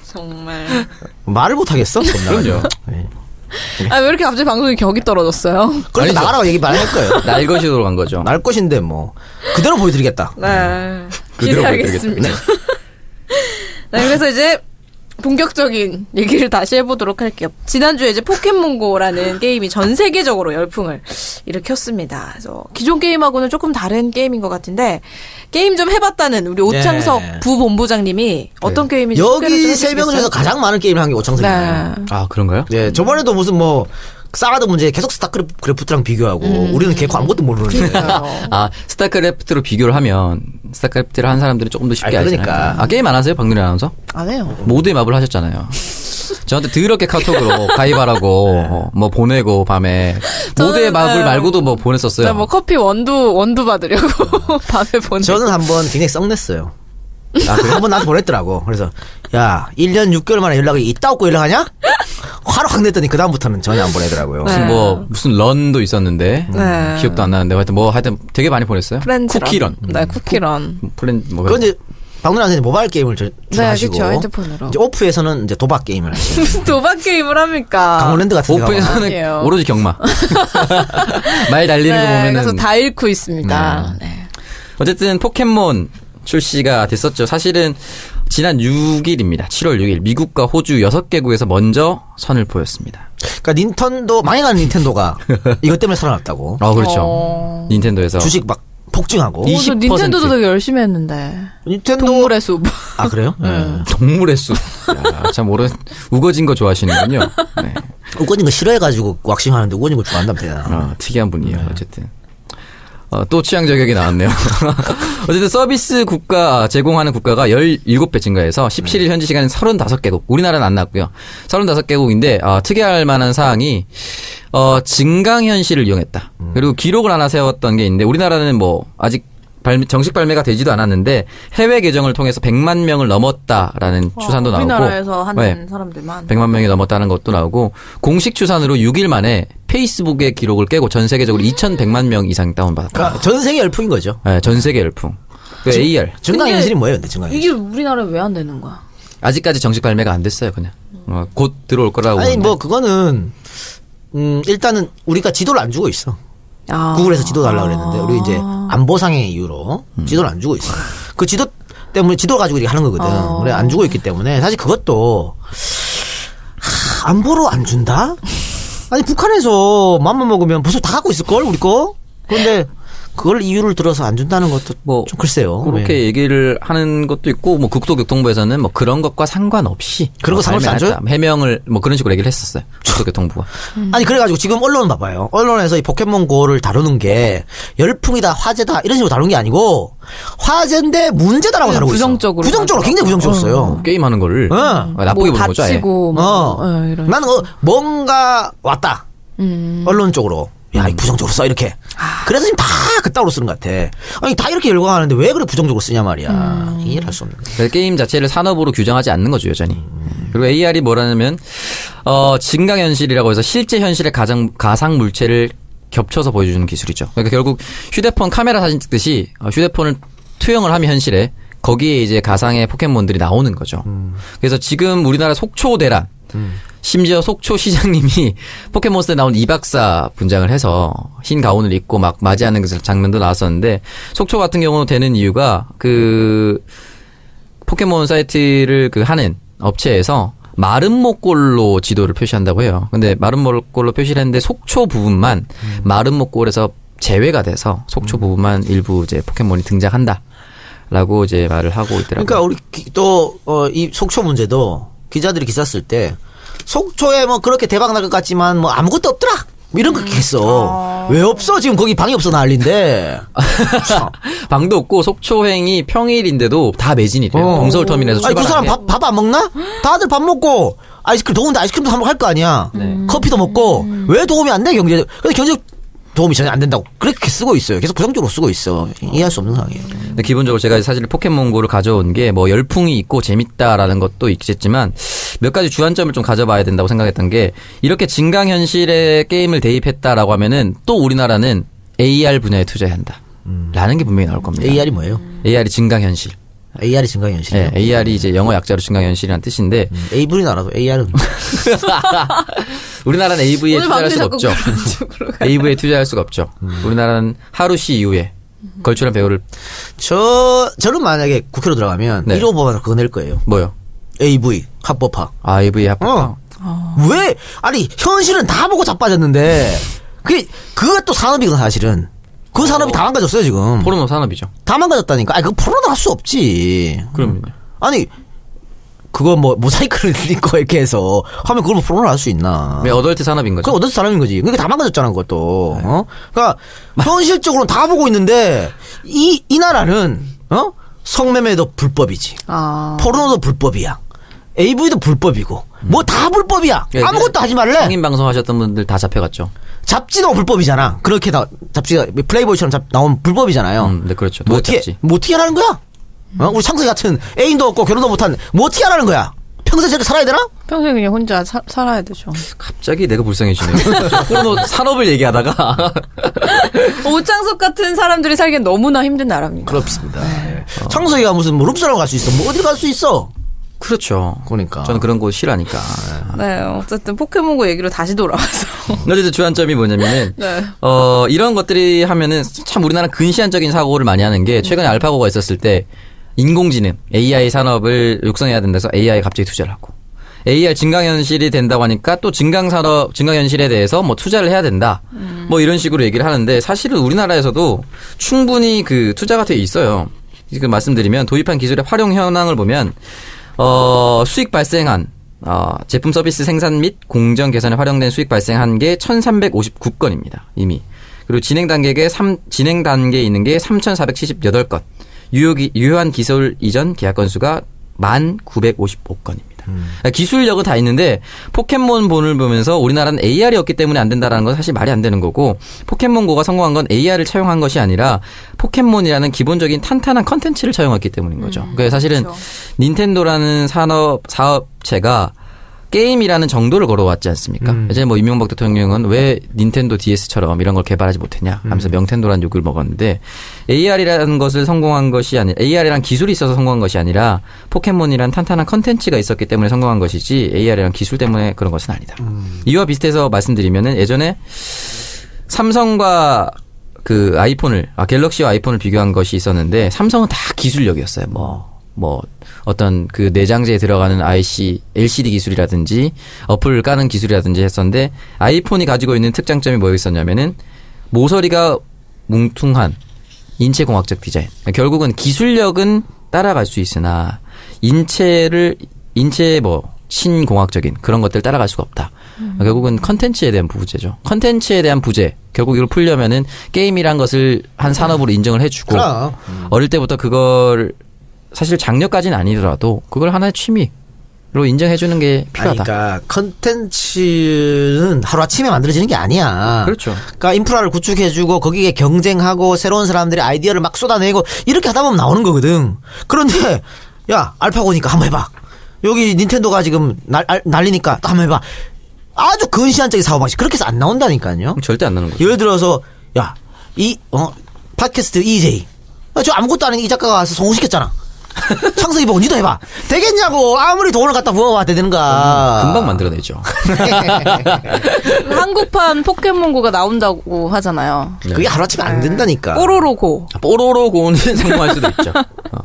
정말. 말을 못하겠어? 그럼요. 아 왜 이렇게 갑자기 방송이 격이 떨어졌어요? 그러니 아니죠. 나가라고 얘기 많이 할 거예요. 날 것이로 간 거죠. 날 것인데 뭐 그대로 보여드리겠다. 네. 그대로 기대하겠습니다. 네, 그래서 이제 본격적인 얘기를 다시 해보도록 할게요. 지난주에 이제 포켓몬고라는 게임이 전 세계적으로 열풍을 일으켰습니다. 그래서 기존 게임하고는 조금 다른 게임인 것 같은데 게임 좀 해봤다는 우리 오창석 예. 부본부장님이 어떤 게임인지 소개를 좀 여기 해주시겠어요? 세 명 중에서 가장 많은 게임을 한 게 오창석이에요. 네. 아 그런가요? 예, 저번에도 무슨 뭐 사가드 문제 계속 스타크래프트랑 비교하고 우리는 걔 아무것도 모르는데. 아 스타크래프트로 비교를 하면 스타크래프트를 한 사람들이 조금 더 쉽게 아니, 알지 그러니까. 않을까. 아 게임 안 하세요 박누리 아나운서? 안 해요. 모두의 마블 하셨잖아요. 저한테 더럽게 카톡으로 가입하라고 네. 뭐 보내고 밤에 저는, 모두의 마블 네. 말고도 뭐 보냈었어요. 나 뭐 커피 원두 원두 받으려고 밤에 보내. 저는 한번 굉장히 썩냈어요. 아, 그래? 한번 나한테 보냈더라고. 그래서 야, 1년 6개월 만에 연락이 있다 없고 연락하냐? 화로 확 냈더니 그 다음부터는 전혀 안 보내더라고요. 무슨 뭐 무슨 런도 있었는데 네. 기억도 안 나는데 하여튼 뭐 하여튼 되게 많이 보냈어요. 프렌즈런. 쿠키런. 네, 쿠키런. 플랜 뭐 그건 이제 박문환 선생님 모바일 게임을 저, 주로 네, 하시고 그쵸, 핸드폰으로. 이제 오프에서는 이제 도박 게임을 하시고 무슨 도박 게임을 합니까? 강원랜드 같은 데 가면 그 오프에서는 아니에요. 오로지 경마. 말 달리는 거 네, 보면은 그래서 다 잃고 있습니다. 네. 어쨌든 포켓몬 출시가 됐었죠. 사실은 지난 6일입니다. 7월 6일 미국과 호주 6개국에서 먼저 선을 보였습니다. 그러니까 닌텐도 망해가는 닌텐도가 이것 때문에 살아났다고 아 그렇죠. 어. 닌텐도에서 주식 막 폭증하고 이- 오, 저 20%. 닌텐도도 되게 열심히 했는데. 닌텐도 동물의 음. 숲. 아 그래요? 예. 동물의 숲. 야, 참 오래 우거진 거 좋아하시는군요. 네. 예. 우거진 거 싫어해가지고 왁싱하는데 우거진 걸 좋아한다면 되나? 아, 특이한 분이에요. 네. 어쨌든. 어, 또 취향 저격이 나왔네요. 어쨌든 서비스 국가 아, 제공하는 국가가 17배 증가해서 네. 17일 현지 시간은 35개국. 우리나라는 안 났고요. 35개국인데 아, 특이할 만한 사항이 어, 증강 현실을 이용했다. 음. 그리고 기록을 하나 세웠던 게 있는데 우리나라는 뭐 아직 발매- 정식 발매가 되지도 않았는데 해외 계정을 통해서 100만 명을 넘었다라는 추산도 나오고 어, 우리나라에서 하는 네. 사람들만. 100만 명이 넘었다는 것도 나오고 공식 추산으로 6일 만에 페이스북의 기록을 깨고 전 세계적으로 2,100만 명 이상 다운받았다. 그러니까 전 세계 열풍인 거죠. 네, 전 세계 열풍. 그 AR 증강현실이 뭐예요, 근데 증강현실? 이게 우리나라에 왜 안 되는 거야? 아직까지 정식 발매가 안 됐어요, 그냥. 어, 곧 들어올 거라고. 아니 보는데. 뭐 그거는 음 일단은 우리가 지도를 안 주고 있어. 아. 구글에서 지도 달라 그랬는데 우리 이제 아. 안보상의 이유로 음. 지도를 안 주고 있어. 요그 지도 어. 때문에 지도 가지고 이렇게 하는 거거든. 그래 안 주고 있기 때문에 사실 그것도 안보로 안 준다? 아니 북한에서 맘만 먹으면 벌써 다 갖고 있을 걸 우리 거. 그런데 그걸 이유를 들어서 안 준다는 것도 뭐 좀 글쎄요. 그렇게 예. 얘기를 하는 것도 있고 뭐 국토교통부에서는 뭐 그런 것과 상관없이 그런 거 뭐 상관없이 안 발매하겠다. 해명을 뭐 그런 식으로 얘기를 했었어요. 국토교통부가. 음. 아니 그래가지고 지금 언론 봐봐요. 언론에서 이 포켓몬고를 다루는 게 열풍이다 화제다 이런 식으로 다루는 게 아니고 화제인데 문제다라고 네, 다루고 부정적으로 있어. 부정적으로 굉장히 부정적으로 써요. 게임하는 거를 응. 뭐 나쁘게 보는 거죠. 아예. 다치고 뭐 어, 어, 이런. 음. 나는 어, 뭔가 왔다. 언론 쪽으로. 야, 이 부정적으로 써, 이렇게. 아. 그래서 지금 다 그따위로 쓰는 것 같아. 아니, 다 이렇게 열광하는데 왜 그래 부정적으로 쓰냐 말이야. 음. 이해를 할 수 없는. 거야. 그래서 게임 자체를 산업으로 규정하지 않는 거죠 여전히. 그리고 AR이 뭐라냐면 어 증강 현실이라고 해서 실제 현실의 가장 가상 물체를 겹쳐서 보여주는 기술이죠. 그러니까 결국 휴대폰 카메라 사진 찍듯이 어, 휴대폰을 투영을 하면 현실에 거기에 이제 가상의 포켓몬들이 나오는 거죠. 그래서 지금 우리나라 속초 대란 심지어 속초 시장님이 포켓몬스터에 나온 이박사 분장을 해서 흰 가운을 입고 막 맞이하는 그 장면도 나왔었는데 속초 같은 경우는 되는 이유가 그 포켓몬 사이트를 그 하는 업체에서 마른 목골로 지도를 표시한다고 해요. 근데 마른 목골로 표시를 했는데 속초 부분만 음. 마른 목골에서 제외가 돼서 속초 부분만 일부 이제 포켓몬이 등장한다. 라고 이제 말을 하고 있더라고요. 그러니까 우리 기- 또, 어, 이 속초 문제도 기자들이 기사 쓸 때 속초에 뭐 그렇게 대박 날 것 같지만 뭐 아무것도 없더라. 뭐 이런 거 음. 있겠어. 아. 왜 없어? 지금 거기 방이 없어 난리인데. 참. 방도 없고 속초행이 평일인데도 다 매진이래요. 어. 동서울 터미널에서 아니, 그 사람 출발한 게. 밥, 밥 안 먹나? 다들 밥 먹고, 아이스크림, 더운데 아이스크림도 사 먹을 거 아니야. 네. 커피도 먹고, 음. 왜 도움이 안 돼, 경제. 근데 경제 도움이 전혀 안 된다고. 그렇게 쓰고 있어요. 계속 부정적으로 쓰고 있어. 이해할 수 없는 상황이에요. 근데 기본적으로 제가 사실 포켓몬고를 가져온 게 뭐 열풍이 있고 재밌다라는 것도 있겠지만 몇 가지 주안점을 좀 가져봐야 된다고 생각했던 게 이렇게 증강 현실의 게임을 대입했다라고 하면은 또 우리나라는 AR 분야에 투자해야 한다. 라는 게 분명히 나올 겁니다. AR이 뭐예요? AR이 증강 현실. AR이 증강현실이에요. 예, AR이 이제 영어 약자로 증강 현실이라는 뜻인데 음. 에이블이 나라도 AR은. 우리나라는 AV에 오늘 투자할 방금 수가 자꾸 없죠. 그런 음. 쪽으로 가. AV에 투자할 수가 없죠. 우리나라는 하루시 이후에 걸출한 배우를 저, 저는 만약에 국회로 들어가면, 네. 1호 법안을 그거 낼 거예요. 뭐요? AV, 합법화. 아, AV 합법. 어. 아. 왜? 아니, 현실은 다 보고 자빠졌는데, 그게, 그게 또 산업이거든, 사실은. 그 산업이 다 망가졌어요, 지금. 포르노 산업이죠. 다 망가졌다니까. 아니, 그거 포로도 할 수 없지. 그럼요. 음. 아니, 그거 뭐, 모사이크를 입고 이렇게 해서 하면 그걸 뭐 포로를 할 수 있나. 왜 어덜트 산업인 거죠? 그건 어떤 사람인 거지. 그러니까 다 망가졌잖아, 그것도. 네. 어? 그러니까, 현실적으로는 다 보고 있는데, 이, 이 나라는, 어? 성매매도 불법이지. 아. 포르노도 불법이야. AV도 불법이고. 뭐 다 불법이야. 예, 아무것도 그 하지 말래. 성인 방송 하셨던 분들 다 잡혀갔죠. 잡지도 불법이잖아. 그렇게 다 잡지가 플레이보이처럼 잡, 나온 불법이잖아요. 음, 네, 그렇죠. 뭐 노예 어떻게 잡지. 뭐 어떻게 하라는 거야? 어? 우리 창석이 같은 애인도 없고 결혼도 못한 뭐 어떻게 하라는 거야? 평생 저렇게 살아야 되나? 평소에 그냥 혼자 사- 살아야 되죠. 갑자기 내가 불쌍해지네요. 포르노 뭐 산업을 얘기하다가 오창석 같은 사람들이 살기엔 너무나 힘든 나라입니다. 그렇습니다. 예. 창석이가 무슨 뭐 룸사롱 갈 수 있어? 뭐 어디 갈 수 있어? 그렇죠. 그러니까. 저는 그런 거 싫어하니까. 네, 어쨌든 포켓몬고 얘기로 다시 돌아와서. 어쨌든 주안점이 뭐냐면은 네. 어 이런 것들이 하면은 참 우리나라 근시안적인 사고를 많이 하는 게 최근에 알파고가 있었을 때 인공지능 AI 산업을 육성해야 된다서 AI 에 갑자기 투자를 하고 AR 증강현실이 된다고 하니까 또 증강산업 증강현실에 대해서 뭐 투자를 해야 된다 뭐 이런 식으로 얘기를 하는데 사실은 우리나라에서도 충분히 그 투자가 돼 있어요. 지금 말씀드리면 도입한 기술의 활용 현황을 보면 어 수익 발생한 어, 제품 서비스 생산 및 공정 개선에 활용된 수익 발생한 게 1,359건입니다. 이미. 그리고 진행 단계에 삼 진행 단계에 있는 게 3,478건. 유효 기, 유효한 기술 이전 계약 건수가 1,955건입니다. 그러니까 기술력은 다 있는데 포켓몬 본을 보면서 우리나라는 AR이 없기 때문에 안 된다라는 건 사실 말이 안 되는 거고 포켓몬고가 성공한 건 AR을 차용한 것이 아니라 포켓몬이라는 기본적인 탄탄한 컨텐츠를 차용했기 때문인 거죠. 음, 그래서 사실은 닌텐도라는 산업 사업체가 게임이라는 정도를 걸어왔지 않습니까? 이제 뭐 이명박 대통령은 왜 닌텐도 DS처럼 이런 걸 개발하지 못했냐 하면서 명텐도라는 욕을 먹었는데 AR이라는 것을 성공한 것이 아니 AR이란 기술이 있어서 성공한 것이 아니라 포켓몬이란 탄탄한 컨텐츠가 있었기 때문에 성공한 것이지 AR이란 기술 때문에 그런 것은 아니다. 이와 비슷해서 말씀드리면은 예전에 삼성과 그 아이폰을 아 갤럭시와 아이폰을 비교한 것이 있었는데 삼성은 다 기술력이었어요. 뭐 뭐 어떤 그 내장재에 들어가는 IC, LCD 기술이라든지 어플 까는 기술이라든지 했었는데 아이폰이 가지고 있는 특장점이 뭐였었냐면은 모서리가 뭉퉁한 인체공학적 디자인. 그러니까 결국은 기술력은 따라갈 수 있으나 인체를 인체의 뭐 신공학적인 그런 것들 을 따라갈 수가 없다. 음. 결국은 컨텐츠에 대한 부재죠. 컨텐츠에 대한 부재. 결국 이걸 풀려면은 게임이란 것을 한 산업으로 인정을 해주고 음. 그럼. 어릴 때부터 그걸 사실 장려까지는 아니더라도 그걸 하나의 취미로 인정해주는 게 아니, 필요하다. 그러니까 컨텐츠는 하루아침에 만들어지는 게 아니야. 그렇죠. 그러니까 인프라를 구축해주고 거기에 경쟁하고 새로운 사람들이 아이디어를 막 쏟아내고 이렇게 하다 보면 나오는 거거든. 그런데 야 알파고니까 한번 해봐. 여기 닌텐도가 지금 날, 알- 난리니까 또 한번 해봐. 아주 근시안적인 사고 방식 그렇게 해서 안 나온다니까요. 절대 안 나는 거죠. 예를 들어서 야 이 어 팟캐스트 EJ 아, 저 아무것도 아닌 이 작가가 와서 성공시켰잖아. 창석이보고 니도 해봐. 되겠냐고 아무리 돈을 갖다 부어와 되는가. 음, 금방 만들어내죠. 한국판 포켓몬고가 나온다고 하잖아요. 그게 하루아침에 안 된다니까. 네. 뽀로로고. 뽀로로 고는 성공할 수도 있죠. 어.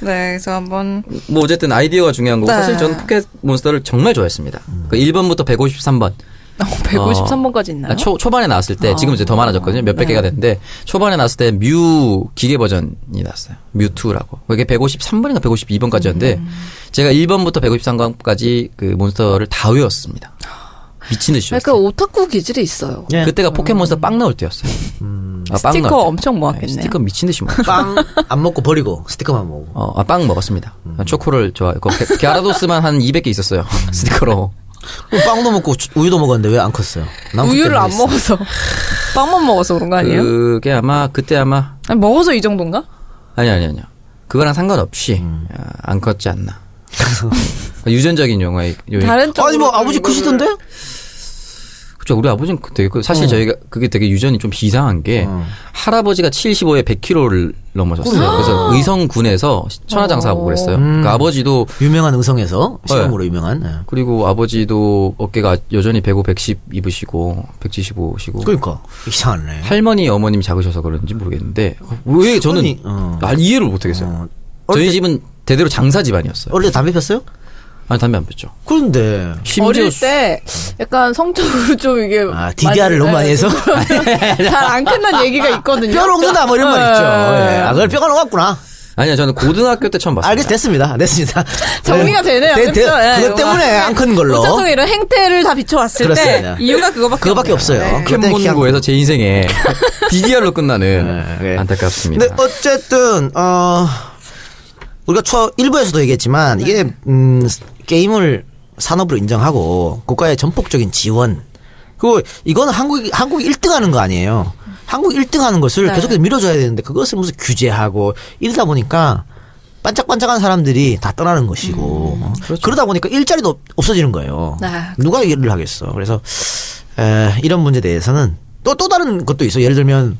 네, 그래서 한번 뭐 어쨌든 아이디어가 중요한 거고 네. 사실 저는 포켓 몬스터를 정말 좋아했습니다. 그 1번부터 어, 153번. 아. 153번까지 있나요? 그러니까 네. 초, 초반에 나왔을 때, 지금 이제 더 많아졌거든요. 몇백 개가 됐는데, 초반에 나왔을 때, 뮤 기계 버전이 나왔어요. 뮤2라고. 그게 153번인가 152번까지였는데, 음. 제가 1번부터 153번까지 그 몬스터를 다 외웠습니다. 미친 듯이. 약간 그 그러니까 외웠어요. 오타쿠 기질이 있어요. 예. 그때가 포켓몬스터 빵 나올 때였어요. 아, 빵 네. 스티커 나올 때. 엄청 모았겠네요. 네, 스티커 미친 듯이 모았죠. 빵 안 먹고 버리고 스티커만 먹고. 어, 아, 빵 먹었습니다. 초코를 좋아했고, 게- 게라도스만 한 200개 있었어요. 스티커로. 빵도 먹고 주- 우유도 먹었는데 왜 안 컸어요? 난 그때 우유를 안 모르겠어요. 먹어서 빵만 먹어서 그런 거 아니에요? 그게 아마, 그때 아마, 아니, 먹어서 이 정도인가? 아니 아니 아니요. 그거랑 상관없이 음. 아, 안 컸지 않나. 그러니까 유전적인 영화의 요인. 다른 쪽 아니 뭐 아버지 크시던데? 그쵸 우리 아버지는 그 되게 그- 사실 저희가 그게 되게 유전이 좀 비상한 게 어. 할아버지가 75에 100kg를 넘어졌어요. 그래서 의성군에서 천하장사하고 그랬어요. 음. 그 아버지도 유명한 의성에서 시험으로 네. 유명한. 예. 그리고 아버지도 어깨가 여전히 105, 110 입으시고 175시고 그러니까 이상하네. 할머니 어머님 작으셔서 그런지 모르겠는데 왜 저는 할머니, 어. 난 이해를 못하겠어요. 어릴 저희 때- 집은 대대로 장사 집안이었어요. 어릴 때 담배 폈어요? 아니 담배 안 폈죠. 그런데 심지어 어릴 때 약간 성적으로 좀 이게 아 DDR을 너무 네. 많이 해서 잘안 끝난 얘기가 있거든요. 뼈를 먹는다 뭐 이런 말 있죠. 네. 네. 예. 아 그걸 뼈가 녹았구나. 아니요, 저는 고등학교 때 처음 봤어요. 알겠 아, 됐습니다. 됐습니다. 정리가 되네요. 대- 대- 그렇죠? 예, 그것 때문에 안 큰 걸로. 우창성 이런 행태를 다 비춰왔을 그렇습니다. 때 이유가 그거밖에 그거밖에 없어요. 네. 그때는 키한 포켓몬고에서 제 인생에 DDR로 끝나는 네, 네. 예, 안타깝습니다. 근데 어쨌든 어 우리가 초 1부에서도 얘기했지만 이게 음 게임을 산업으로 인정하고 국가의 전폭적인 지원 그리고 이건 한국이 한국이 1등하는 거 아니에요. 한국 1등하는 것을 계속해서 밀어줘야 되는데 그것을 무슨 규제하고 이러다 보니까 반짝반짝한 사람들이 다 떠나는 것이고 그러다 보니까 일자리도 없- 없어지는 거예요. 누가 일을 하겠어. 네, 그래서 에, 이런 문제 에 대해서는 또 또 다른 것도 있어. 요 예를 들면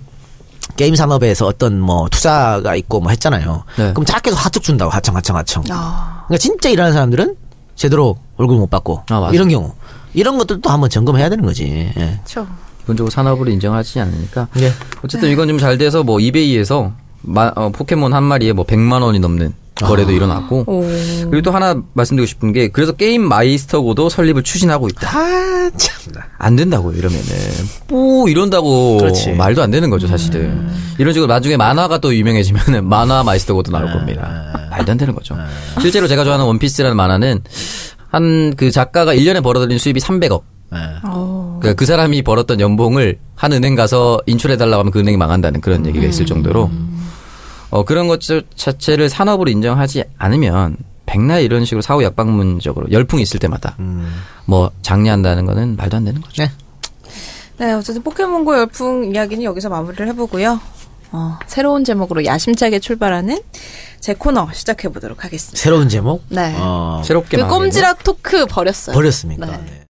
게임 산업에서 어떤 뭐 투자가 있고 뭐 했잖아요. 네. 그럼 자꾸 계속 하청 준다고 하청 하청 하청. 아. 그러니까 진짜 일하는 사람들은 제대로 월급 못 받고 아, 맞아. 이런 경우 이런 것들도 한번 점검해야 되는 거지. 예. 기본적으로 산업으로 인정하지 않으니까. 예. 어쨌든 이건 좀 잘 돼서 뭐 이베이에서 마- 어, 포켓몬 한 마리에 뭐 100만 원이 넘는 거래도 일어났고. 그리고 또 하나 말씀드리고 싶은 게 그래서 게임 마이스터고도 설립을 추진하고 있다. 아 참나. 안 된다고 이러면은 뭐 이런다고 그렇지. 말도 안 되는 거죠 사실은 이런 식으로 나중에 만화가 또 유명해지면은 만화 마이스터고도 나올 겁니다 말도 안 되는 거죠 실제로 제가 아. 좋아하는 원피스라는 만화는 한 그 작가가 1년에 벌어들인 수입이 300억 그러니까 그 사람이 벌었던 연봉을 한 은행 가서 인출해달라고 하면 그 은행이 망한다는 그런 얘기가 있을 정도로 어, 그런 것 자- 자체를 산업으로 인정하지 않으면 백날 이런 식으로 사후 약방문적으로 열풍이 있을 때마다 뭐 장려한다는 거는 말도 안 되는 거죠. 네, 어쨌든 포켓몬고 열풍 이야기는 여기서 마무리를 해보고요. 어, 새로운 제목으로 야심차게 출발하는 제 코너 시작해보도록 하겠습니다. 새로운 제목. 네. 어, 아, 새롭게 그 나온 꼼지락 토크 버렸어요. 버렸습니까? 네. 네.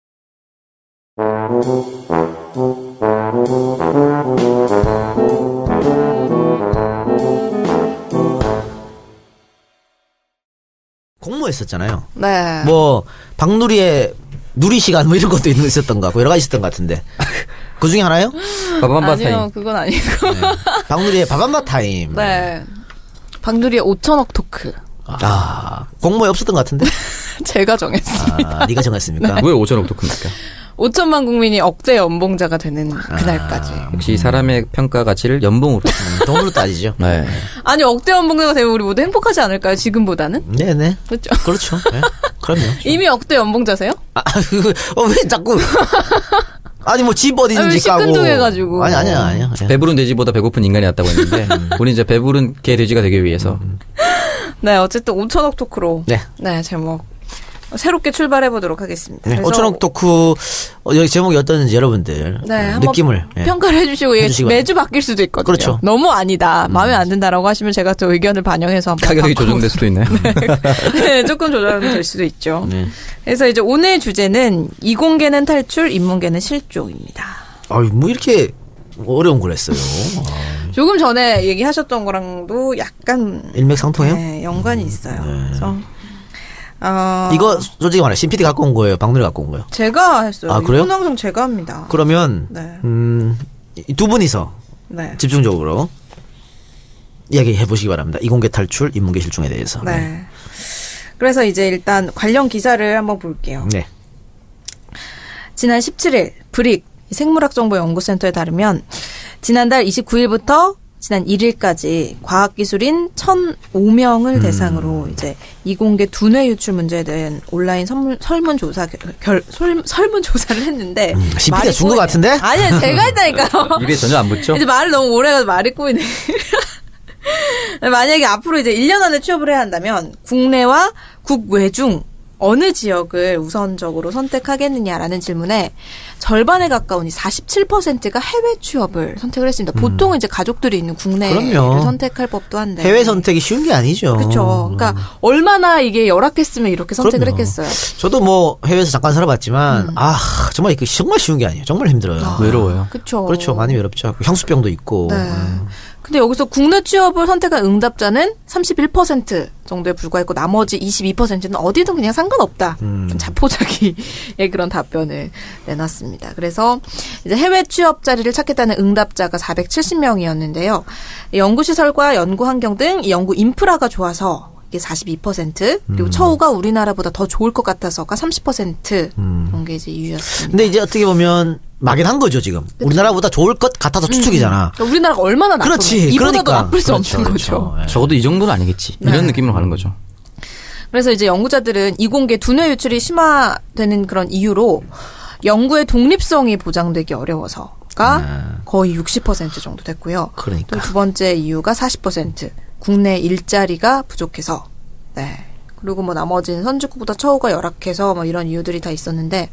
공모했었잖아요. 네. 뭐 박누리의 누리 시간 뭐 이런 것도 있는 있었던 것 같고 여러 가지 있었던 것 같은데 그 중에 하나요? 거고. 바밤바 아니요, 타임. 그건 아니고. 박누리의 밥한맛 타임. 네. 박누리의 5천억 토크. 아, 공모에 없었던 것 같은데? 제가 정했어요. 아, 네가 정했습니까? 왜 5천억도 큽니까? 5천만 국민이 억대 연봉자가 되는 아. 그날까지. 역시 사람의 평가 가치를 연봉으로. 음, 돈으로 따지죠. 네. 아니 억대 연봉자가 되면 우리 모두 행복하지 않을까요? 지금보다는? 네네. 그렇죠. 그렇죠. 네. 그럼요. 이미 억대 연봉자세요? 아, 그, 어, 왜 자꾸. 아니, 뭐, 집 아니, 왜 어디든지 까고. 시큰둥해가지고. 아니, 아니야, 아니야. 예. 아니야. 배부른 돼지보다 배고픈 인간이 낫다고 했는데 우리 이제 배부른 개 돼지가 되기 위해서 네, 어쨌든 5천억 토크로. 네. 네, 제목. 새롭게 출발해 보도록 하겠습니다. 네, 그래서- 5천억 토크, 어, 여기 제목이 어떤지 여러분들. 네, 한번 느낌을. 예. 평가를 해주시고 이게 해주시기 매주 바뀔 수도 있거든요. 그렇죠. 너무 아니다, 마음에 안 든다라고 하시면 제가 또 의견을 반영해서 한번 가격이 바꿔- 조정될 수도 있나요? 네, 조금 조절될 수도 있죠. 네. 그래서 이제 오늘 주제는 이공계는 탈출, 인문계는 실종입니다. 아유, 뭐, 이렇게 어려운 걸 했어요. 음. 조금 전에 얘기하셨던 거랑도 약간 일맥상통해요? 네, 연관이 있어요. 그래서 어, 음. 이거, 솔직히 말해. 신PD 갖고 온 거예요? 박누리 갖고 온 거예요? 제가 했어요. 아, 그래요? 이건 항상 제가 합니다. 그러면, 네. 음, 이두 분이서 네. 집중적으로 이야기해 보시기 바랍니다. 이공계 탈출, 인문계 실종에 대해서. 네. 그래서 이제 일단 관련 기사를 한번 볼게요. 네. 지난 17일 브릭 생물학정보연구센터에 따르면 지난달 29일부터 지난 1일까지 과학기술인 음. 1,005명을 대상으로 이제 이공계 두뇌 유출 문제에 대한 온라인 설문, 설문조사 결, 결- 설, 설문조사를 했는데 CPT 가 말이 음, 준것 꼬이네. 같은데? 아니요 제가 했다니까요. 입에 전혀 안 붙죠? 이제 말을 너무 오래 가서 말이 꼬이네. 만약에 앞으로 이제 1년 안에 취업을 해야 한다면 국내와 국외 중 어느 지역을 우선적으로 선택하겠느냐라는 질문에 절반에 가까운 이 47%가 해외 취업을 선택을 했습니다. 보통 은 이제 가족들이 있는 국내를 음. 그럼요. 선택할 법도 한데 해외 선택이 쉬운 게 아니죠. 네. 그렇죠. 음. 그러니까 얼마나 이게 열악했으면 이렇게 선택을 그럼요. 했겠어요. 저도 뭐 해외에서 잠깐 살아봤지만 음. 아 정말 그 정말 쉬운 게 아니에요. 정말 힘들어요. 외로워요. 그렇죠. 그렇죠. 많이 외롭죠. 향수병도 있고. 음. 네. 근데 여기서 국내 취업을 선택한 응답자는 31% 정도에 불과했고 나머지 22%는 어디든 그냥 상관없다. 음. 좀 자포자기의 그런 답변을 내놨습니다. 그래서 이제 해외 취업 자리를 찾겠다는 응답자가 470명이었는데요. 연구시설과 연구환경 등 연구 인프라가 좋아서 이게 42% 음. 그리고 처우가 우리나라보다 더 좋을 것 같아서가 30% 음. 그런 게 이제 이유였습니다. 근데 이제 어떻게 보면 막연한 거죠 지금. 우리나라보다 좋을 것 같아서 추측이잖아. 그러니까 우리나라가 얼마나 나쁜 그렇지. 이보다 더 그러니까. 나쁠 수 그렇죠, 없는 그렇죠. 거죠. 예. 적어도 이 정도는 아니겠지. 이런 느낌으로 가는 거죠. 그래서 이제 연구자들은 이공계 두뇌 유출이 심화되는 그런 이유로 연구의 독립성이 보장되기 어려워서가 거의 60% 정도 됐고요. 네. 그러니까. 또 두 번째 이유가 40% 국내 일자리가 부족해서 네. 그리고 뭐 나머지는 선진국보다 처우가 열악해서 뭐 이런 이유들이 다 있었는데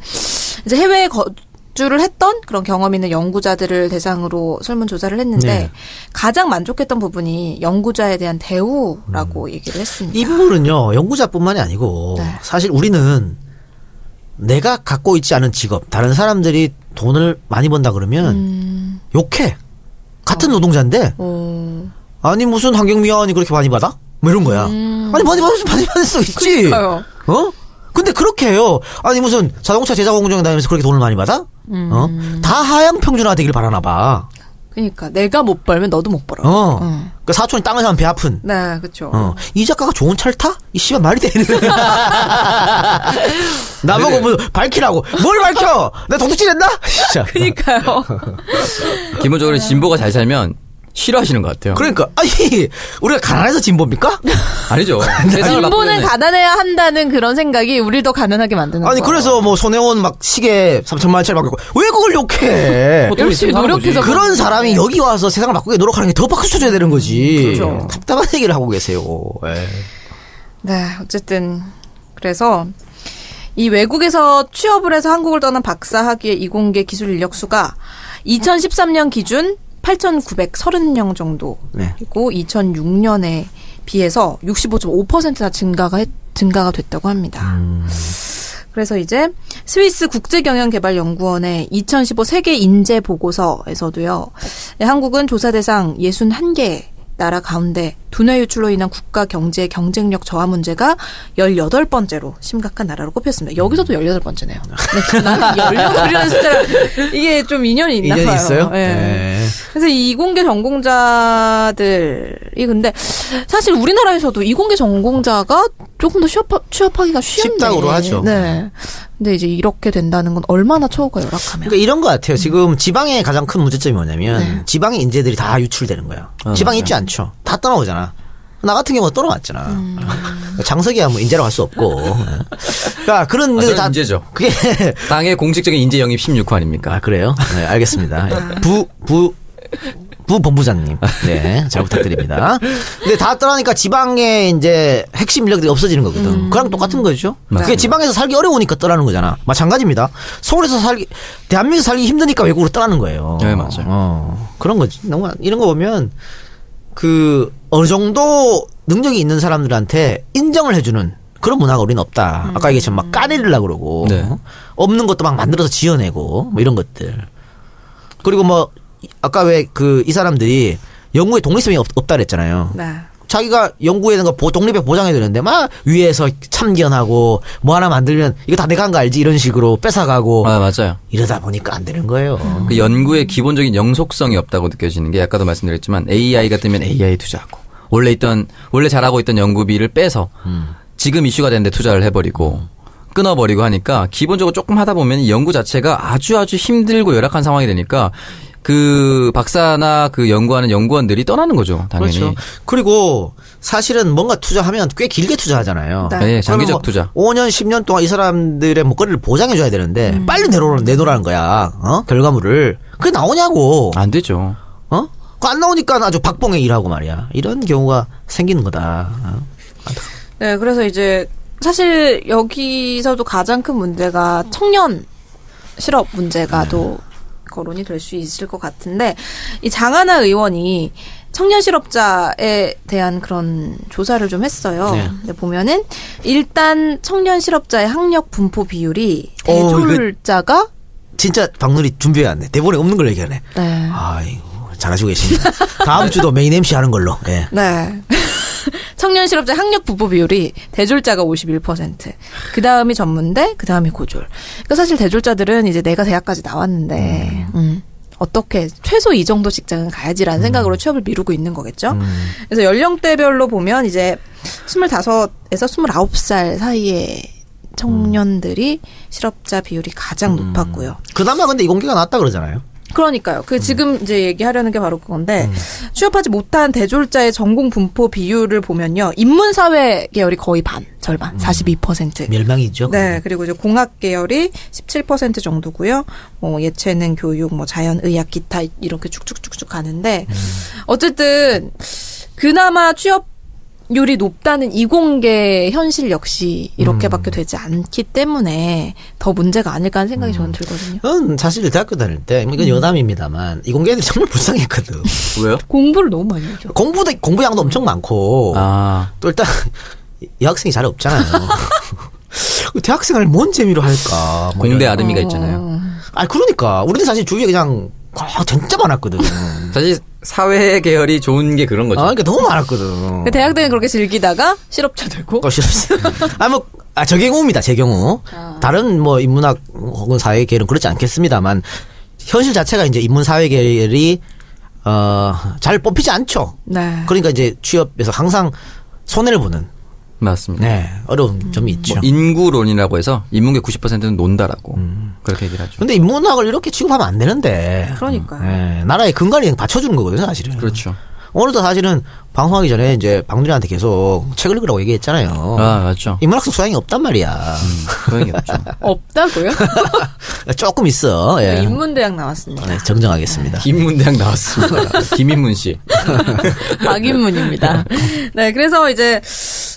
이제 해외에 거주를 했던 그런 경험 있는 연구자들을 대상으로 설문 조사를 했는데 네. 가장 만족했던 부분이 연구자에 대한 대우라고 얘기를 했습니다. 음. 이 부분은요 연구자뿐만이 아니고 네. 사실 우리는 내가 갖고 있지 않은 직업 다른 사람들이 돈을 많이 번다 그러면 음. 욕해 같은 노동자인데 어, 아니 무슨 환경미화원이 그렇게 많이 받아? 뭐 이런 거야. 아니 많이 받을 수 많이 받을 수 있지. 음. 그러니까요. 어? 근데 그렇게 해요. 아니 무슨 자동차 제작 공장 다니면서 그렇게 돈을 많이 받아? 어? 음. 다 하향 평준화 되길 바라나 봐. 그러니까 내가 못 벌면 너도 못 벌어. 어. 그러니까 사촌이 땅을 사면 배 아픈. 네, 그렇죠. 어. 이 작가가 좋은 차를 타? 이 씨발 말이 되는. 나보고 뭐 밝히라고. 뭘 밝혀? 나 도둑질 했나? 진짜. 그러니까요. 어. 기본적으로 진보가 잘 살면 싫어하시는 것 같아요. 그러니까 아니 우리가 가난해서 진보입니까? 아니죠. 세상을 진보는 바꾸는 가난해야 한다는 그런 생각이 우리를 더 가난하게 만드는 아니 거예요. 그래서 뭐 손혜원 막 시계 3천만 원짜리 받고 왜 그걸 뭐 욕해? 보통 열심히 있으면 하는 노력해서 거지. 그런 사람이 여기 와서 세상을 바꾸게 노력하는 게 더 바꿔줘야 되는 거지. 그렇죠. 답답한 얘기를 하고 계세요. 예. 네, 어쨌든 그래서 이 외국에서 취업을 해서 한국을 떠난 박사 학위의 이공계 기술 인력 수가 2013년 기준 8,930명 정도 네. 그리고 2006년에 비해서 65.5%나 증가가 했- 증가가 됐다고 합니다. 음. 그래서 이제 스위스 국제경영개발연구원의 2015 세계 인재 보고서에서도요. 예, 한국은 조사 대상 61개 나라 가운데 두뇌 유출로 인한 국가 경제 경쟁력 저하 문제가 18번째로 심각한 나라로 꼽혔습니다. 여기서도 음. 18번째네요. 네, 18이라는 숫자가 이게 좀 인연이 있나 봐요. 인연이 있어요? 예. 네. 그래서 이공계 전공자들이 근데 사실 우리나라에서도 이공계 전공자가 조금 더 취업하, 취업하기가 쉬운데 쉽다고로 하죠. 네. 근데 이제 이렇게 된다는 건 얼마나 처우가 열악하면 그러니까 이런 것 같아요. 지금 지방의 가장 큰 문제점이 뭐냐면 네. 지방의 인재들이 다 유출되는 거예요. 어, 지방 있지 않죠. 다 떠나오잖아. 나 같은 경우가 떠나왔잖아. 장석이야 뭐 인재로 갈 수 없고. 그러니까 그런 아, 데들 저는 다 인재죠. 그게 땅의 공식적인 인재 영입 16호 아닙니까? 아 그래요? 네, 알겠습니다. 아. 부 부 부본부장님, 네, 잘 부탁드립니다. 근데 다 떠나니까 지방에 이제 핵심 인력들이 없어지는 거거든. 그랑 똑같은 거죠. 그게 음. 맞습니다. 지방에서 살기 어려우니까 떠나는 거잖아. 마찬가지입니다. 서울에서 살기, 대한민국에서 살기 힘드니까 외국으로 떠나는 거예요. 네, 맞아요. 어, 그런 거지. 너무 이런 거 보면 그 어느 정도 능력이 있는 사람들한테 인정을 해주는 그런 문화가 우리는 없다. 아까 얘기했지만 막 까내리려고 그러고 네. 없는 것도 막 만들어서 지어내고 뭐 이런 것들. 그리고 뭐 이- 아까 왜 그 이 사람들이 영국에 독립성이 없, 다 그랬잖아요. 네. 자기가 영국에 있는 거 보- 독립에 보장해 되는데 막 위에서 참견하고 뭐 하나 만들면 이거 다 내가 한 거 알지 이런 식으로 뺏어가고 아, 맞아요. 이러다 보니까 안 되는 거예요. 그 연구의 기본적인 영속성이 없다고 느껴지는 게 아까도 말씀드렸지만 AI가 뜨면 AI 투자하고 원래 있던 원래 잘하고 있던 연구비를 빼서 음. 지금 이슈가 되는데 투자를 해버리고 끊어버리고 하니까 기본적으로 조금 하다 보면 이 연구 자체가 아주 아주 힘들고 열악한 상황이 되니까 그 박사나 그 연구하는 연구원들이 떠나는 거죠 당연히 그렇죠. 그리고 사실은 뭔가 투자하면 꽤 길게 투자하잖아요. 네. 예, 장기적 투자 5년, 10년 동안 이 사람들의 목걸이를 보장해줘야 되는데, 음. 빨리 내놓으라, 내놓으라는 거야. 어? 결과물을. 그게 나오냐고. 안 되죠 어? 그거 안 나오니까 아주 박봉에 일하고 말이야. 이런 경우가 생기는 거다. 어? 네, 그래서 이제 사실 여기서도 가장 큰 문제가 청년 실업 문제가 네. 또 거론이 될 수 있을 것 같은데 이 장하나 의원이 청년 실업자에 대한 그런 조사를 좀 했어요. 네. 근데 보면은 일단 청년 실업자의 학력 분포 비율이 어, 이거- 대졸자가 진짜 박누리 준비해 왔네. 대본에 없는 걸 얘기하네. 네. 아이고, 잘하시고 계십니다. 다음 주도 메인 MC 하는 걸로. 예. 네. 청년 실업자 학력 분포 비율이 대졸자가 51%. 그 다음이 전문대, 그 다음이 고졸. 그러니까 사실 대졸자들은 이제 내가 대학까지 나왔는데, 음. 어떻게 최소 이 정도 직장은 가야지라는 생각으로 취업을 미루고 있는 거겠죠. 그래서 연령대별로 보면 이제 25에서 29살 사이에 청년들이 실업자 비율이 가장 높았고요. 그나마 근데 이 공개가 났다 그러잖아요. 그러니까요. 그 지금 이제 얘기하려는 게 바로 그건데 취업하지 못한 대졸자의 전공 분포 비율을 보면요. 인문사회 계열이 거의 반, 절반, 42%. 멸망이죠. 네, 그리고 이제 공학 계열이 17% 정도고요. 뭐 예체능, 교육, 뭐 자연, 의학, 기타 이렇게 쭉쭉쭉쭉 가는데 어쨌든 그나마 취업률이 높다는 이공계 현실 역시 이렇게밖에 되지 않기 때문에 더 문제가 아닐까 하는 생각이 저는 들거든요. 저는 사실 대학교 다닐 때, 뭐 이건 음. 여담입니다만, 이 공개는 정말 불쌍했거든. 왜요 공부를 너무 많이 하죠. 공부도, 공부량도 엄청 많고, 아 또 일단 여학생이 잘 없잖아요. 그 대학생을 뭔 재미로 할까? 뭐 공대 이런. 아름이가 있잖아요 아 그러니까 우리는 사실 주위에 그냥 아, 진짜 많았거든. 아, 사실 사회 계열이 좋은 게 그런 거죠 그러니까 너무 많았거든. 그 대학 때는 그렇게 즐기다가 실업자 되고 어, 싫었어요. 아, 뭐, 아, 저 경우입니다, 제 경우. 아. 다른 뭐, 인문학 혹은 사회계열은 그렇지 않겠습니다만, 현실 자체가 이제 인문사회계열이, 어, 잘 뽑히지 않죠. 네. 그러니까 이제 취업에서 항상 손해를 보는, 맞습니다 네, 어려운 음. 점이 있죠. 뭐 인구론이라고 해서 인문계 90%는 논다라고 그렇게 얘기를 하죠. 근데 인문학을 이렇게 취급하면 안 되는데. 그러니까요. 예, 나라의 근간이 받쳐주는 거거든요, 사실은. 그렇죠. 오늘도 사실은 방송하기 전에 이제 박누리한테 계속 책을 읽으라고 얘기했잖아요. 아 음. 맞죠. 인문학적 소양이 없단 말이야. 소용이 없죠. 없다고요? 조금 있어. 예. 네, 인문대학 나왔습니다. 네, 아, 정정하겠습니다. 김문대학 나왔습니다. 김인문 씨. 네. 박인문입니다. 네, 그래서 이제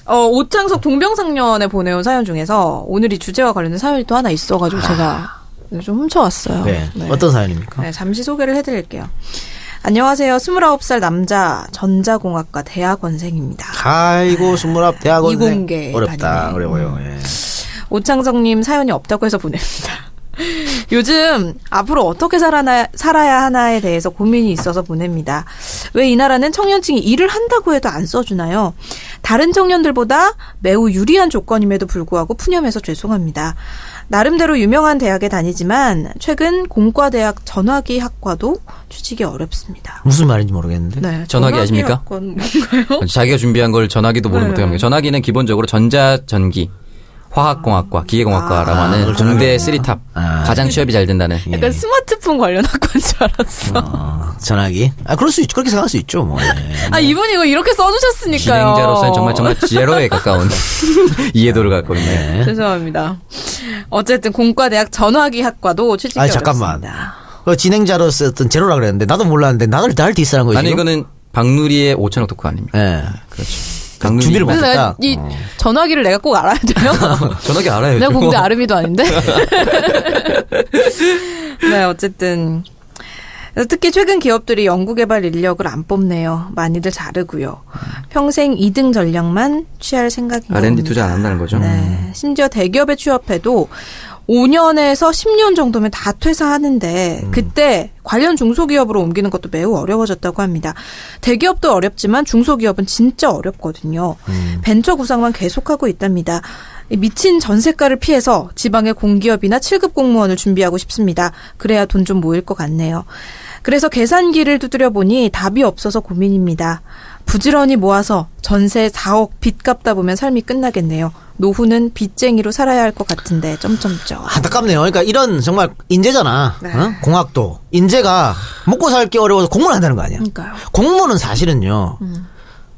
어, 오창석 동병상련에 보내온 사연 중에서 오늘 이 주제와 관련된 사연이 또 하나 있어가지고 제가 좀 훔쳐왔어요. 아. 네. 네. 어떤 사연입니까? 네, 잠시 소개를 해드릴게요. 안녕하세요. 29살 남자 전자공학과 대학원생입니다. 아이고 스물아홉 대학원 이공계 음. 어렵다 다니네. 어려워요. 예. 오창성님 사연이 없다고 해서 보냅니다. 요즘 앞으로 어떻게 살아나, 살아야 하나에 대해서 고민이 있어서 보냅니다. 왜 이 나라는 청년층이 일을 한다고 해도 안 써주나요? 다른 청년들보다 매우 유리한 조건임에도 불구하고 푸념해서 죄송합니다. 나름대로 유명한 대학에 다니지만 최근 공과대학 전화기 학과도 취직이 어렵습니다. 무슨 말인지 모르겠는데. 네, 전화기 아십니까? 학과는 뭔가요? 자기가 준비한 걸 전화기도 모르면 어떻게 합니까? 전화기는 기본적으로 전자 전기 화학공학과, 기계공학과라고 하는 공대 쓰리탑 아. 가장 취업이 잘 된다는 약간 스마트폰 관련 학과인 줄 알았어. 어, 전화기. 아, 그럴 수 있죠. 그렇게 생각할 수 있죠, 뭐. 예. 아 이분 이거 이렇게 써주셨으니까요. 음. 진행자로서는 정말 정말 제로에 가까운 이해도를 갖고 있네요. 예? 죄송합니다. 어쨌든 공과대학 전화기 학과도 취직이 아니, 잠깐만. 어렵습니다. 그 진행자로서 어떤 제로라 그랬는데, 나도 몰랐는데, 나를 날 디스한 거지. 아니 이거는 박누리의 5천억 덕후 아닙니까? 예. 그렇죠. 박누리 준비를 못- 그래서 내가 맞다. 이 전화기를 내가 꼭 알아야 돼요. 전화기 알아요. 내가 요즘. 어. 공대 아름이도 아닌데. 네, 어쨌든. 그래서 특히 최근 기업들이 연구개발 인력을 안 뽑네요. 많이들 자르고요. 평생 2등 전략만 취할 생각입니다. R&D 투자 안 한다는 거죠. 음. 네. 심지어 대기업에 취업해도 5년에서 10년 정도면 다 퇴사하는데 그때 관련 중소기업으로 옮기는 것도 매우 어려워졌다고 합니다. 대기업도 어렵지만 중소기업은 진짜 어렵거든요. 벤처 구상만 계속하고 있답니다. 이 미친 전세가를 피해서 지방의 공기업이나 7급 공무원을 준비하고 싶습니다. 그래야 돈 좀 모일 것 같네요. 그래서 계산기를 두드려 보니 답이 없어서 고민입니다. 부지런히 모아서 전세 4억 빚 갚다 보면 삶이 끝나겠네요. 노후는 빚쟁이로 살아야 할 것 같은데 점점점. 아, 안타깝네요. 그러니까 이런 정말 인재잖아. 네. 어? 공학도. 인재가 먹고 살기 어려워서 공무원 한다는 거 아니야. 그러니까요. 공무원은 사실은요.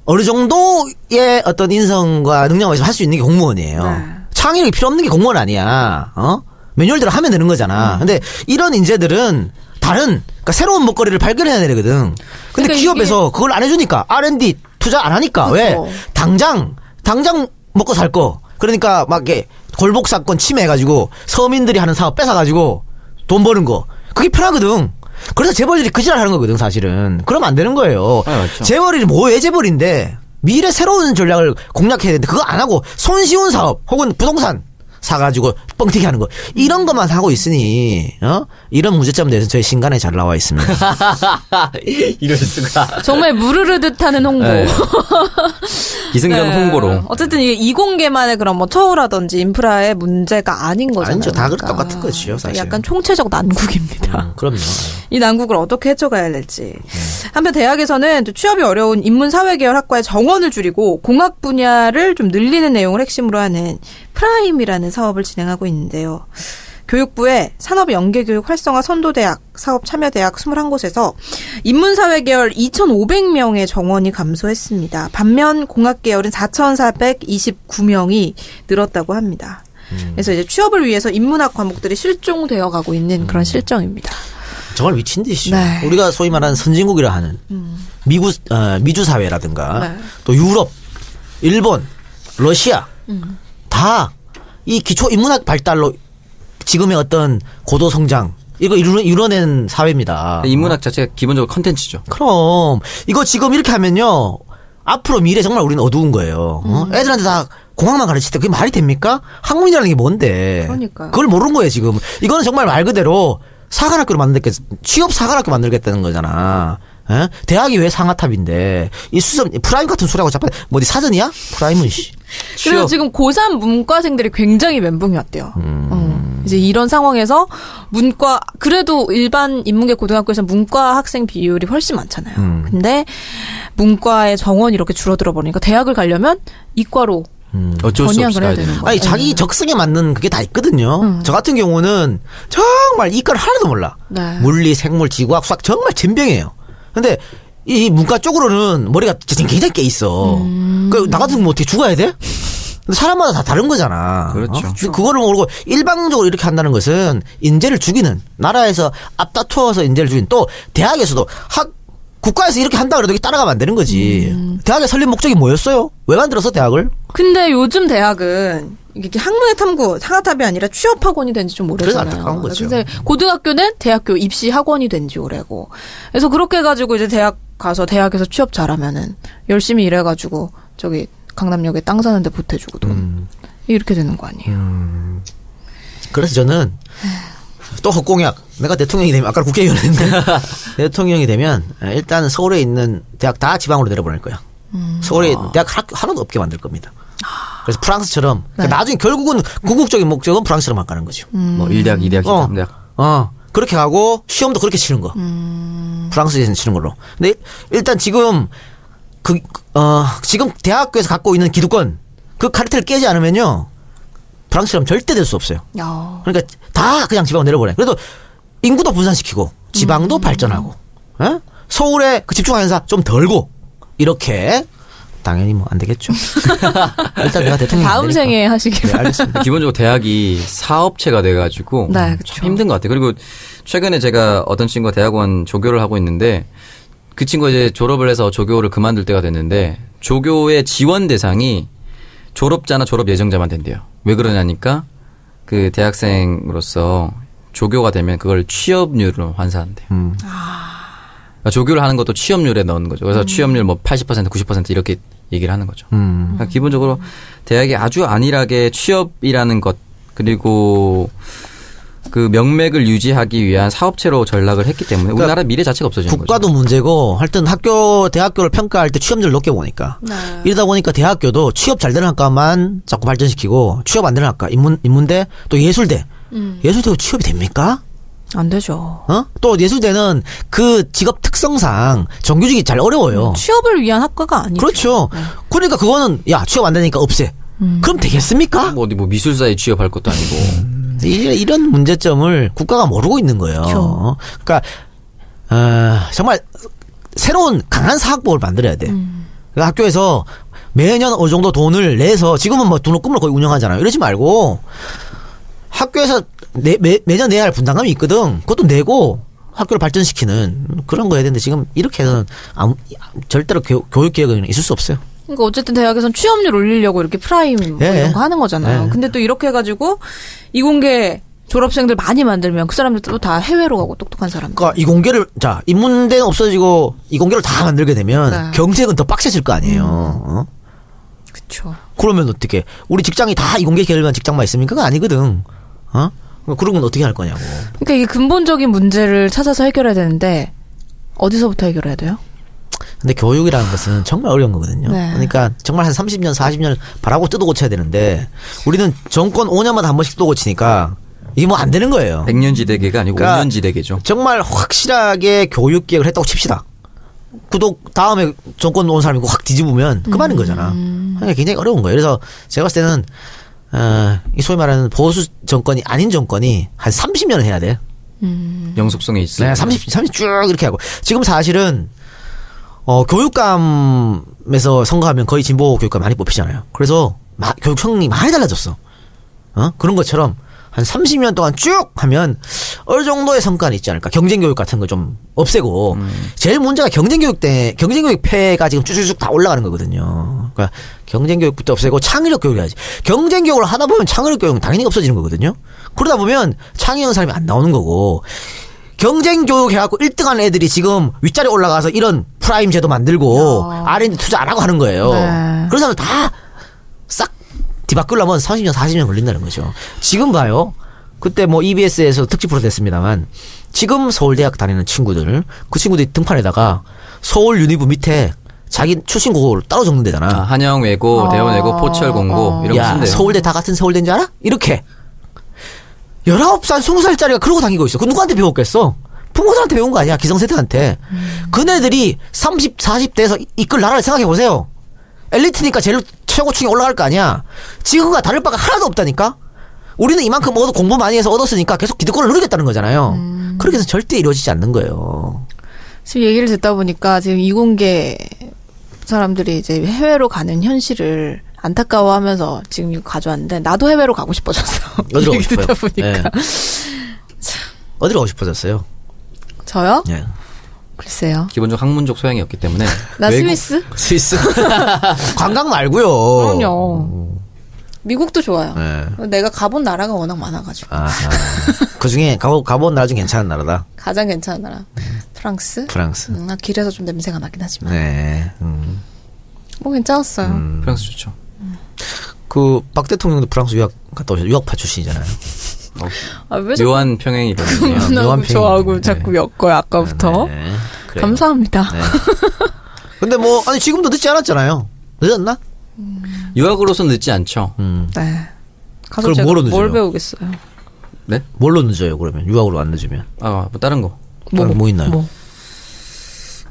어느 정도의 어떤 인성과 능력을 할 수 있는 게 공무원이에요. 네. 창의력이 필요 없는 게 공무원 아니야. 어? 매뉴얼대로 하면 되는 음. 거잖아. 근데 이런 인재들은 다른 그러니까 새로운 먹거리를 발견해야 되거든. 근데 그러니까 기업에서 그걸 안 해주니까 R&D 투자 안 하니까 왜 당장 당장 먹고 살 거. 그러니까 막 이게 골목 사건 침해해가지고 서민들이 하는 사업 뺏어가지고 돈 버는 거. 그게 편하거든. 그래서 재벌들이 그지랄 하는 거거든 사실은. 그러면 안 되는 거예요. 아, 맞죠. 재벌이 뭐왜 재벌인데 미래 새로운 전략을 공략해야 되는데 그거 안 하고 손쉬운 사업 혹은 부동산 사가지고 뻥튀기 하는 거 이런 것만 하고 있으니 어 이런 문제점 대해서 저희 신간에 잘 나와 있습니다. 이럴 수가. 정말 무르르듯 하는 홍보. 네. 기승전 네. 홍보로. 어쨌든 이게 이공계만의 그런 뭐 처우라든지 인프라의 문제가 아닌 거잖아요. 아니죠. 다 그러니까. 똑같은 거지요, 사실. 약간 총체적 난국입니다. 그럼요. 이 난국을 어떻게 헤쳐가야 될지. 한편 대학에서는 또 취업이 어려운 인문사회계열 학과의 정원을 줄이고 공학 분야를 좀 늘리는 내용을 핵심으로 하는 프라임이라는 사업을 진행하고 있는데요. 교육부의 산업연계교육 활성화 선도대학, 사업참여대학 21곳에서 인문사회계열 2,500명의 정원이 감소했습니다. 반면 공학계열은 4,429명이 늘었다고 합니다. 그래서 이제 취업을 위해서 인문학 과목들이 실종되어 가고 있는 그런 실정입니다. 정말 미친 듯이죠. 네. 음. 우리가 소위 말하는 선진국이라 하는 미국 어, 미주 사회라든가 네. 또 유럽, 일본, 러시아 음. 다 이 기초 인문학 발달로 지금의 어떤 고도 성장 이거 이루, 이뤄낸 사회입니다. 인문학 자체가 기본적으로 컨텐츠죠. 그럼 이거 지금 이렇게 하면요 앞으로 미래 정말 우리는 어두운 거예요. 어? 음. 애들한테 다 공학만 가르칠 때 그게 말이 됩니까? 학문이라는 게 뭔데? 그러니까요. 걸 모르는 거예요 지금. 이거는 정말 말 그대로 사관학교를 만들겠 취업 사관학교 만들겠다는 거잖아. 에? 대학이 왜 상아탑인데 이 수점 프라임 같은 소리하고 자빠 뭐지 사전이야? 프라임은 씨. 그래서 취업. 지금 고3 문과생들이 굉장히 멘붕이 왔대요. 어. 이제 이런 상황에서 문과 그래도 일반 인문계 고등학교에서 문과 학생 비율이 훨씬 많잖아요. 근데 문과의 정원이 이렇게 줄어들어 버리니까 대학을 가려면 이과로 어쩔 수 전향을 없이 해야 되는 가야 되는 거예요. 거. 아니 자기 적성에 맞는 그게 다 있거든요. 저 같은 경우는 정말 이과를 하나도 몰라. 네. 물리, 생물, 지구학, 수학 정말 젠병이에요. 근데 이 문과 쪽으로는 머리가 지금 굉장히 깨 있어. 그나 같은 경우 어떻게 죽어야 돼? 근데 사람마다 다 다른 거잖아. 어? 그렇죠. 근데 그거를 모르고 일방적으로 이렇게 한다는 것은 인재를 죽이는 나라에서 앞다투어서 인재를 죽이는 또 대학에서도 학 국가에서 이렇게 한다 그래도 이게 따라가면 안 되는 거지. 대학의 설립 목적이 뭐였어요? 왜 만들었어 대학을? 근데 요즘 대학은 이게 학문의 탐구 상아탑이 아니라 취업 학원이 된 지 좀 그래서 오래잖아요. 안타까운 거죠. 근데 고등학교는 대학교 입시 학원이 된 지 오래고. 그래서 그렇게 해가지고 이제 대학 가서 대학에서 취업 잘하면은 열심히 일해가지고 저기 강남역에 땅 사는데 보태주고 돈 음. 이렇게 되는 거 아니에요. 그래서 저는 또 헛공약. 내가 대통령이 되면 아까 국회의원 했는데 대통령이 되면 일단 서울에 있는 대학 다 지방으로 내려보낼 거야. 서울에 대학 학교 하나도 없게 만들 겁니다. 그래서 프랑스처럼 그러니까 나중에 결국은 궁극적인 목적은 프랑스로 막 가는 거죠. 음. 뭐 1대학, 2대학, 3대학. 어. 그렇게 가고 시험도 그렇게 치는 거. 프랑스에서 치는 걸로. 근데 일- 일단 지금 그, 어, 지금 대학교에서 갖고 있는 기득권 그 카르텔을 깨지 않으면요. 프랑스처럼 절대 될 수 없어요. 어. 그러니까 다 그냥 지방 내려보내. 그래도 인구도 분산시키고 음. 지방도 발전하고 예? 서울에 그 집중화 현사 좀 덜고 이렇게 당연히 뭐 안 되겠죠. 일단 내가 대통령 다음 생에 하시길 네, 알겠습니다. 기본적으로 대학이 사업체가 돼가지고 네, 그쵸. 참 힘든 것 같아요. 그리고 최근에 제가 어떤 친구가 대학원 조교를 하고 있는데 그 친구가 이제 졸업을 해서 조교를 그만둘 때가 됐는데 조교의 지원 대상이 졸업자나 졸업 예정자만 된대요. 왜 그러냐니까 그 대학생으로서 조교가 되면 그걸 취업률로 환산한대요. 그러니까 조교를 하는 것도 취업률에 넣는 거죠. 음. 그래서 취업률 뭐 80%, 90% 이렇게 얘기를 하는 거죠. 음. 그러니까 기본적으로 대학이 아주 안일하게 취업이라는 것 그리고 그 명맥을 유지하기 위한 사업체로 전락을 했기 때문에 우리나라 미래 자체가 없어지는 그러니까 국가도 거죠. 문제고 하여튼 학교 대학교를 평가할 때 취업률 높게 보니까 네. 이러다 보니까 대학교도 취업 잘 되는 학과만 자꾸 발전시키고 취업 안 되는 학과 인문 인문대 또 예술대 음. 예술대도 취업이 됩니까? 안 되죠. 어? 또 예술대는 그 직업 특성상 정규직이 잘 어려워요. 취업을 위한 학과가 아니죠. 네. 그렇죠. 그러니까 그거는 야 취업 안 되니까 없애. 음. 그럼 되겠습니까? 뭐 어디 뭐 미술사에 취업할 것도 아니고 이- 이런 문제점을 국가가 모르고 있는 거예요. 그렇죠. 그러니까 어, 정말 새로운 강한 사학법을 만들어야 돼. 음. 그러니까 학교에서 매년 어느 정도 돈을 내서 지금은 뭐 돈을 꿈을 거의 운영하잖아요. 이러지 말고 학교에서 내, 매, 매년 내야 할 분담감이 있거든. 그것도 내고 학교를 발전시키는 그런 거 해야 되는데 지금 이렇게 해서는 아무, 절대로 교, 교육 계획은 있을 수 없어요. 그러니까 어쨌든 대학에선 취업률 올리려고 이렇게 프라임 뭐 예, 예. 이런 거 하는 거잖아요. 예. 근데 또 이렇게 해가지고 이공계 졸업생들 많이 만들면 그 사람들 또 다 해외로 가고 똑똑한 사람들. 그러니까 이공계를 자 인문대는 없어지고 이공계를 다 만들게 되면 네. 음. 경쟁은 더 빡세질 거 아니에요. 어? 그렇죠. 그러면 어떻게 우리 직장이 다 이공계 계열만 직장만 있습니까? 그건 아니거든. 어? 그러니까 그런 건 어떻게 할 거냐고. 그러니까 이게 근본적인 문제를 찾아서 해결해야 되는데 어디서부터 해결해야 돼요? 근데 교육이라는 것은 정말 어려운 거거든요. 네. 그러니까 정말 한 30년, 40년 바라고 뜯어 고쳐야 되는데 우리는 정권 5년마다 한 번씩 뜯어 고치니까 이게 뭐 안 되는 거예요. 100년 지대계가 아니고 그러니까 5년 지대계죠. 정말 확실하게 교육 계획을 했다고 칩시다. 구독 다음에 정권 온 사람이 확 뒤집으면 그만인 거잖아. 그러니까 굉장히 어려운 거예요. 그래서 제가 봤을 때는 어, 이 소위 말하는 보수 정권이 아닌 정권이 한 30년은 해야 돼. 영속성이 있어요. 네, 30, 30쭉 이렇게 하고. 지금 사실은, 어, 교육감에서 선거하면 거의 진보 교육감 많이 뽑히잖아요. 그래서 마- 교육청이 많이 달라졌어. 어? 그런 것처럼 한 30년 동안 쭉 하면 어느 정도의 성과는 있지 않을까. 경쟁교육 같은 거 좀 없애고. 제일 문제가 경쟁교육 때, 경쟁교육 폐가 지금 쭉쭉쭉 다 올라가는 거거든요. 그러니까 경쟁교육부터 없애고 창의력 교육을 해야지. 경쟁교육을 하다 보면 창의력 교육은 당연히 없어지는 거거든요. 그러다 보면 창의형 사람이 안 나오는 거고. 경쟁 교육 해갖고 1등한 애들이 지금 윗자리 올라가서 이런 프라임 제도 만들고 R&D 투자 안 하고 하는 거예요. 네. 그런 사람 다싹 뒤바꾸려면 30년, 40년 걸린다는 거죠. 지금 봐요. 그때 뭐 EBS에서 특집 프로 됐습니다만 지금 서울대학 다니는 친구들 그 친구들이 등판에다가 서울 유니브 밑에 자기 출신 고를 따로 적는 데잖아. 어. 아, 한영 외고, 대원 외고, 포철 공고 이런 거 야, 쓴대요. 서울대 다 같은 서울대인 줄 알아? 이렇게. 19살, 20살짜리가 그러고 다니고 있어. 그 누구한테 배웠겠어? 부모들한테 배운 거 아니야. 기성세대한테. 그네들이 30, 40대에서 이끌 나라를 생각해 보세요. 엘리트니까 제일 최고층에 올라갈 거 아니야. 지금과 다를 바가 하나도 없다니까? 우리는 이만큼 얻어 공부 많이 해서 얻었으니까 계속 기득권을 누리겠다는 거잖아요. 그렇게 해서 절대 이루어지지 않는 거예요. 지금 얘기를 듣다 보니까 지금 이공계 사람들이 이제 해외로 가는 현실을 안타까워하면서 지금 이거 가져왔는데 나도 해외로 가고 싶어졌어. 어디로 가고 얘기 듣다 싶어요? 보니까 예. 어디로 가고 싶어졌어요? 저요? 예. 글쎄요. 기본적 으로 학문적 소양이 없기 때문에 네. 나 외국- 스위스? 스위스? 관광 말고요. 그럼요. 미국도 좋아요. 어. 예. 내가 가본 나라가 워낙 많아가지고 아, 그 중에 가보, 가본 나라 중 괜찮은 나라다. 가장 괜찮은 나라 프랑스. 프랑스. 음, 아, 길에서 좀 냄새가 나긴 하지만 네. 음. 뭐 괜찮았어요. 프랑스 좋죠. 그, 박 대통령도 프랑스 유학 갔다 오셨, 유학파 출신이잖아요. 아, 왜 자꾸 묘한 평행이거든요. 묘한 나하고 평행. 저하고 네. 자꾸 엮어요 아까부터. 네. 그래요. 감사합니다. 네. 근데 뭐, 아니, 지금도 늦지 않았잖아요. 늦었나? 유학으로서 늦지 않죠. 음. 네. 가서 그럼 제가 뭐로 늦어요? 뭘 배우겠어요? 네? 뭘로 늦어요 그러면 유학으로 안 늦으면 아, 뭐 다른 거. 뭐, 뭐 있나요?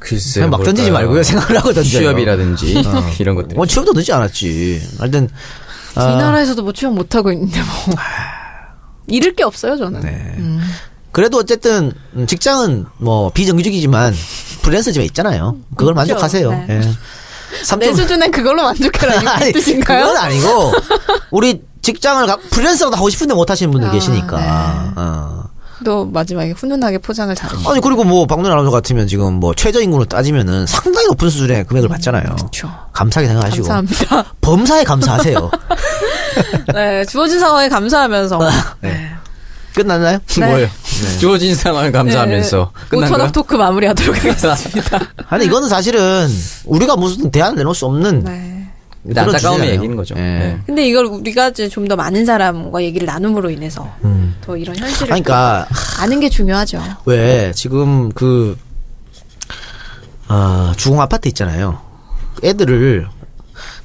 글쎄. 그냥 막 던지지 말고요 생각을 하고 던져요. 취업이라든지 이런 것들. 뭐 취업도 늦지 않았지. 하여튼 아. 이 나라에서도 뭐 취업 못 하고 있는데 뭐 잃을 게 없어요 저는. 네. 그래도 어쨌든 음, 직장은 뭐 비정규직이지만 프리랜서집에 있잖아요. 그걸 만족하세요. 네. 예. 내 삼촌- 수준엔 그걸로 만족해라 아니, 이 뜻인가요? 그건 아니고 우리 직장을 가- 프리랜서도 하고 싶은데 못 하시는 아, 분들 계시니까. 네. 어. 또 마지막에 훈훈하게 포장을 잘해. 아니 그리고 뭐 박노 아나운서 같으면 지금 뭐 최저임금으로 따지면은 상당히 높은 수준의 금액을 받잖아요. 그쵸. 감사하게 생각하시고 감사합니다. 범사에 감사하세요. 네, 주어진 상황에 감사하면서 끝났나요? 네. 뭐예요? 주어진 상황을 네. 감사하면서 뭐 끝난 거야? 5천억 네. 뭐 토크 마무리하도록 하겠습니다. 아니 이거는 사실은 우리가 무슨 대안 내놓을 수 없는 네. 근데 그런 안타까움의 주제잖아요. 얘기인 거죠. 예. 네. 근데 이걸 우리가 이제 좀 더 많은 사람과 얘기를 나눔으로 인해서 음. 더 이런 현실을 아니, 그러니까 또 아는 게 중요하죠. 왜 지금 그 아, 주공 아파트 있잖아요. 애들을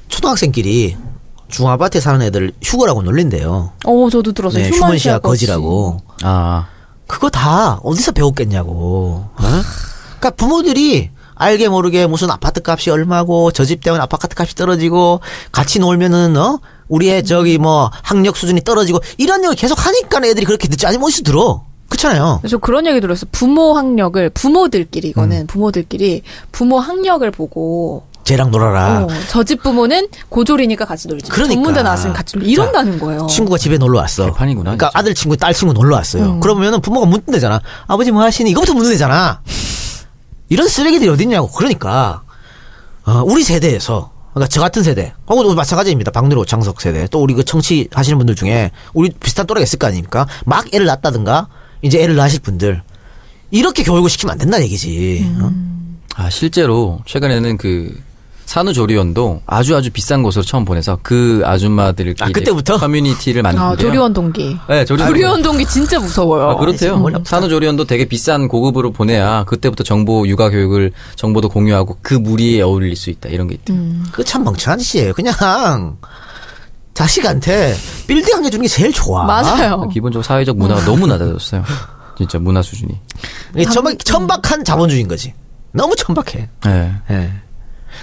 초등학생끼리 주공 아파트에 사는 애들 휴거라고 놀린대요. 어, 저도 들어서 네, 휴먼 시야 거지라고. 아, 그거 다 어디서 배웠겠냐고. 어? 그러니까 부모들이 알게 모르게 무슨 아파트 값이 얼마고 저 집 때문에 아파트 값이 떨어지고 같이 놀면은 어 우리의 저기 뭐 학력 수준이 떨어지고 이런 얘기 계속 하니까 애들이 그렇게 듣지 아니면 어디서 들어 그렇잖아요. 저 그런 얘기 들었어. 부모 학력을 부모들끼리 음. 이거는 부모들끼리 부모 학력을 보고 쟤랑 놀아라. 어, 저 집 부모는 고졸이니까 같이 놀지. 그러니까. 전문대 나왔으면 같이 놀지. 이런다는 거예요. 친구가 집에 놀러 왔어. 개판이구나, 그러니까 진짜. 아들 친구, 딸 친구 놀러 왔어요. 음. 그러면은 부모가 묻는대잖아. 아버지 뭐 하시니? 이거부터 묻는대잖아. 이런 쓰레기들이 어딨냐고. 그러니까 어, 우리 세대에서 그러니까 저 같은 세대, 하고 또 마찬가지입니다. 박누로 장석 세대, 또 우리 그 청취 하시는 분들 중에 우리 비슷한 또래가 있을 거 아닙니까? 막 애를 낳았다든가 이제 애를 낳으실 분들 이렇게 교육을 시키면 안 된다는 얘기지. 어? 음. 아, 실제로 최근에는 그 산후조리원도 아주 아주 비싼 곳으로 처음 보내서 그 아줌마들끼리 아, 그때부터? 커뮤니티를 만든대요. 아, 조리원 동기. 네, 조리원. 조리원 동기 진짜 무서워요. 아, 그렇대요. 아니, 진짜 산후조리원도 되게 비싼 고급으로 보내야 그때부터 정보 육아 교육을 정보도 공유하고 그 무리에 어울릴 수 있다 이런 게 있대요. 그거 참 멍청한 짓이에요. 그냥 자식한테 빌딩 한 개 주는 게 제일 좋아. 맞아요. 기본적으로 사회적 문화가 너무 낮아졌어요. 진짜 문화 수준이. 이게 천박, 천박한 자본주의인 거지. 너무 천박해. 네. 예.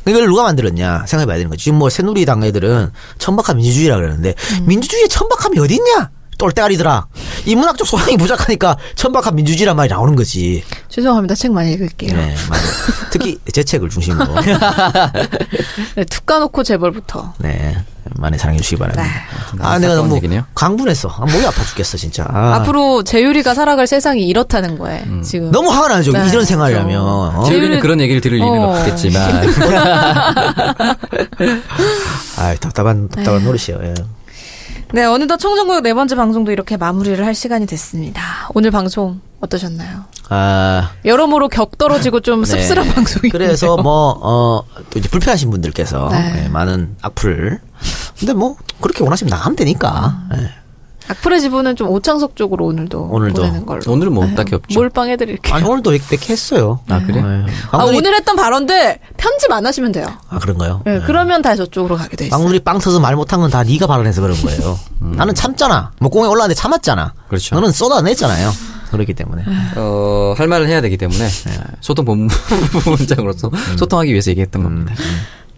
이걸 누가 만들었냐 생각해봐야 되는 거지. 지금 뭐 새누리당 애들은 천박한 민주주의라 그러는데 민주주의에 천박함이 어딨냐? 똘대가리더라. 인문학적 소양이 부족하니까 천박한 민주주의란 말이 나오는 거지. 죄송합니다. 책 많이 읽을게요. 네, 맞아요. 특히 제 책을 중심으로. 네, 툭 까놓고 재벌부터. 네. 많이 사랑해주시기 바랍니다. 아, 아무튼 내가 안타까운 너무 얘기네요. 강분했어. 아, 목이 아파 죽겠어, 진짜. 아, 음. 앞으로 재유리가 살아갈 세상이 이렇다는 거예요. 지금. 너무 화가 나죠. 네, 이런 생활이라면. 그렇죠. 어? 재율이는 제일- 그런 얘기를 들을 일은 어. 없겠지만 아 답답한, 답답한 노릇이에요. 예. 네, 어느덧 청정구역 네 번째 방송도 이렇게 마무리를 할 시간이 됐습니다. 오늘 방송 어떠셨나요? 아, 여러모로 격떨어지고 좀 네. 씁쓸한 방송이. 그래서 뭐, 어, 또 이제 불편하신 분들께서 네. 예, 많은 악플. 근데 뭐, 그렇게 원하시면 나가면 되니까. 예. 악플의 지분은 좀 오창석 쪽으로 오늘도 오늘도. 보내는 걸로. 오늘은 뭐 딱히 없죠. 몰빵 해드릴게요. 아니, 오늘도 이렇게 이렇게 했어요. 아, 그래요? 예. 아, 방울이- 오늘 했던 발언들 편집 안 하시면 돼요. 아, 그런가요? 예. 네, 그러면 다 저쪽으로 가게 돼 있어요. 방울이 빵 터서 말 못한 건 다 네가 발언해서 그런 거예요. 나는 참잖아. 뭐 공에 올라왔는데 참았잖아. 음. 그렇죠. 너는 쏟아냈잖아요. 그렇기 때문에. 어, 할 말을 해야 되기 때문에 소통 본부- 본부장으로서 음. 소통하기 위해서 얘기했던 겁니다.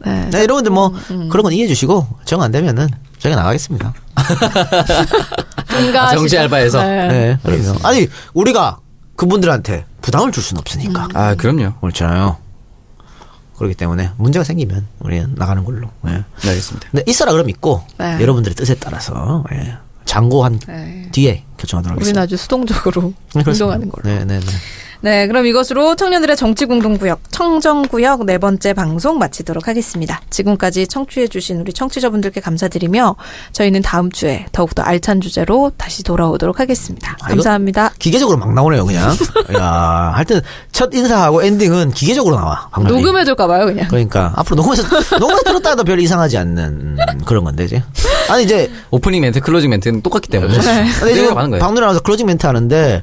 네, 여러분들 뭐 음. 그런 건 이해해 주시고 정 안 되면은 저희가 나가겠습니다. 뭔가 아, 정치 진짜- 알바에서? 네. 그래서 아니 우리가 그분들한테 부담을 줄 수는 없으니까. 아, 그럼요. 그렇잖아요. 그렇기 때문에 문제가 생기면 우리는 나가는 걸로. 예. 네, 알겠습니다. 근데 있어라 그럼 있고 네. 여러분들의 뜻에 따라서 예. 장고한 네. 뒤에 결정하도록 우리는 하겠습니다. 아주 수동적으로 네, 그렇습니다. 운동하는 걸로. 네, 네, 네. 네, 그럼 이것으로 청년들의 정치 공동구역 청정구역 네 번째 방송 마치도록 하겠습니다. 지금까지 청취해주신 우리 청취자분들께 감사드리며 저희는 다음 주에 더욱더 알찬 주제로 다시 돌아오도록 하겠습니다. 이거- 감사합니다. 기계적으로 막 나오네요, 그냥. 야, 하여튼 첫 인사하고 엔딩은 기계적으로 나와. 방법이. 녹음해줄까봐요, 그냥. 그러니까 앞으로 녹음해서 녹음해서 들었다 해도 별로 이상하지 않는 음, 그런 건데 이제. 아니 이제 오프닝 멘트, 클로징 멘트는 똑같기 때문에. 네. 근데 내가 지금 하는 거예요. 박노래 나와서 클로징 멘트 하는데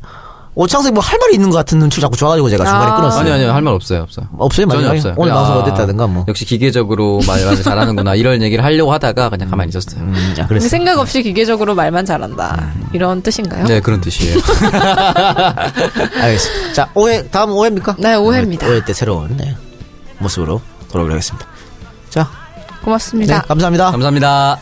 오창석이 뭐 할 말이 있는 것 같은 눈치를 자꾸 줘가지고 제가 중간에 끊었어요. 아니 아니요 할 말 없어요 없어요 없어요, 전혀 마지막에? 없어요 오늘 그냥, 방송 아, 어땠다든가 뭐. 역시 기계적으로 말을 잘하는구나 이런 얘기를 하려고 하다가 그냥 가만히 있었어요 음, 아, 그랬어요. 생각 없이 기계적으로 말만 잘한다. 이런 뜻인가요? 네 그런 뜻이에요 알겠습니다. 자, 오해, 다음 오해입니까? 네, 오해입니다. 오해 때 새로운 네, 모습으로 돌아오겠습니다. 자, 고맙습니다. 네, 감사합니다. 감사합니다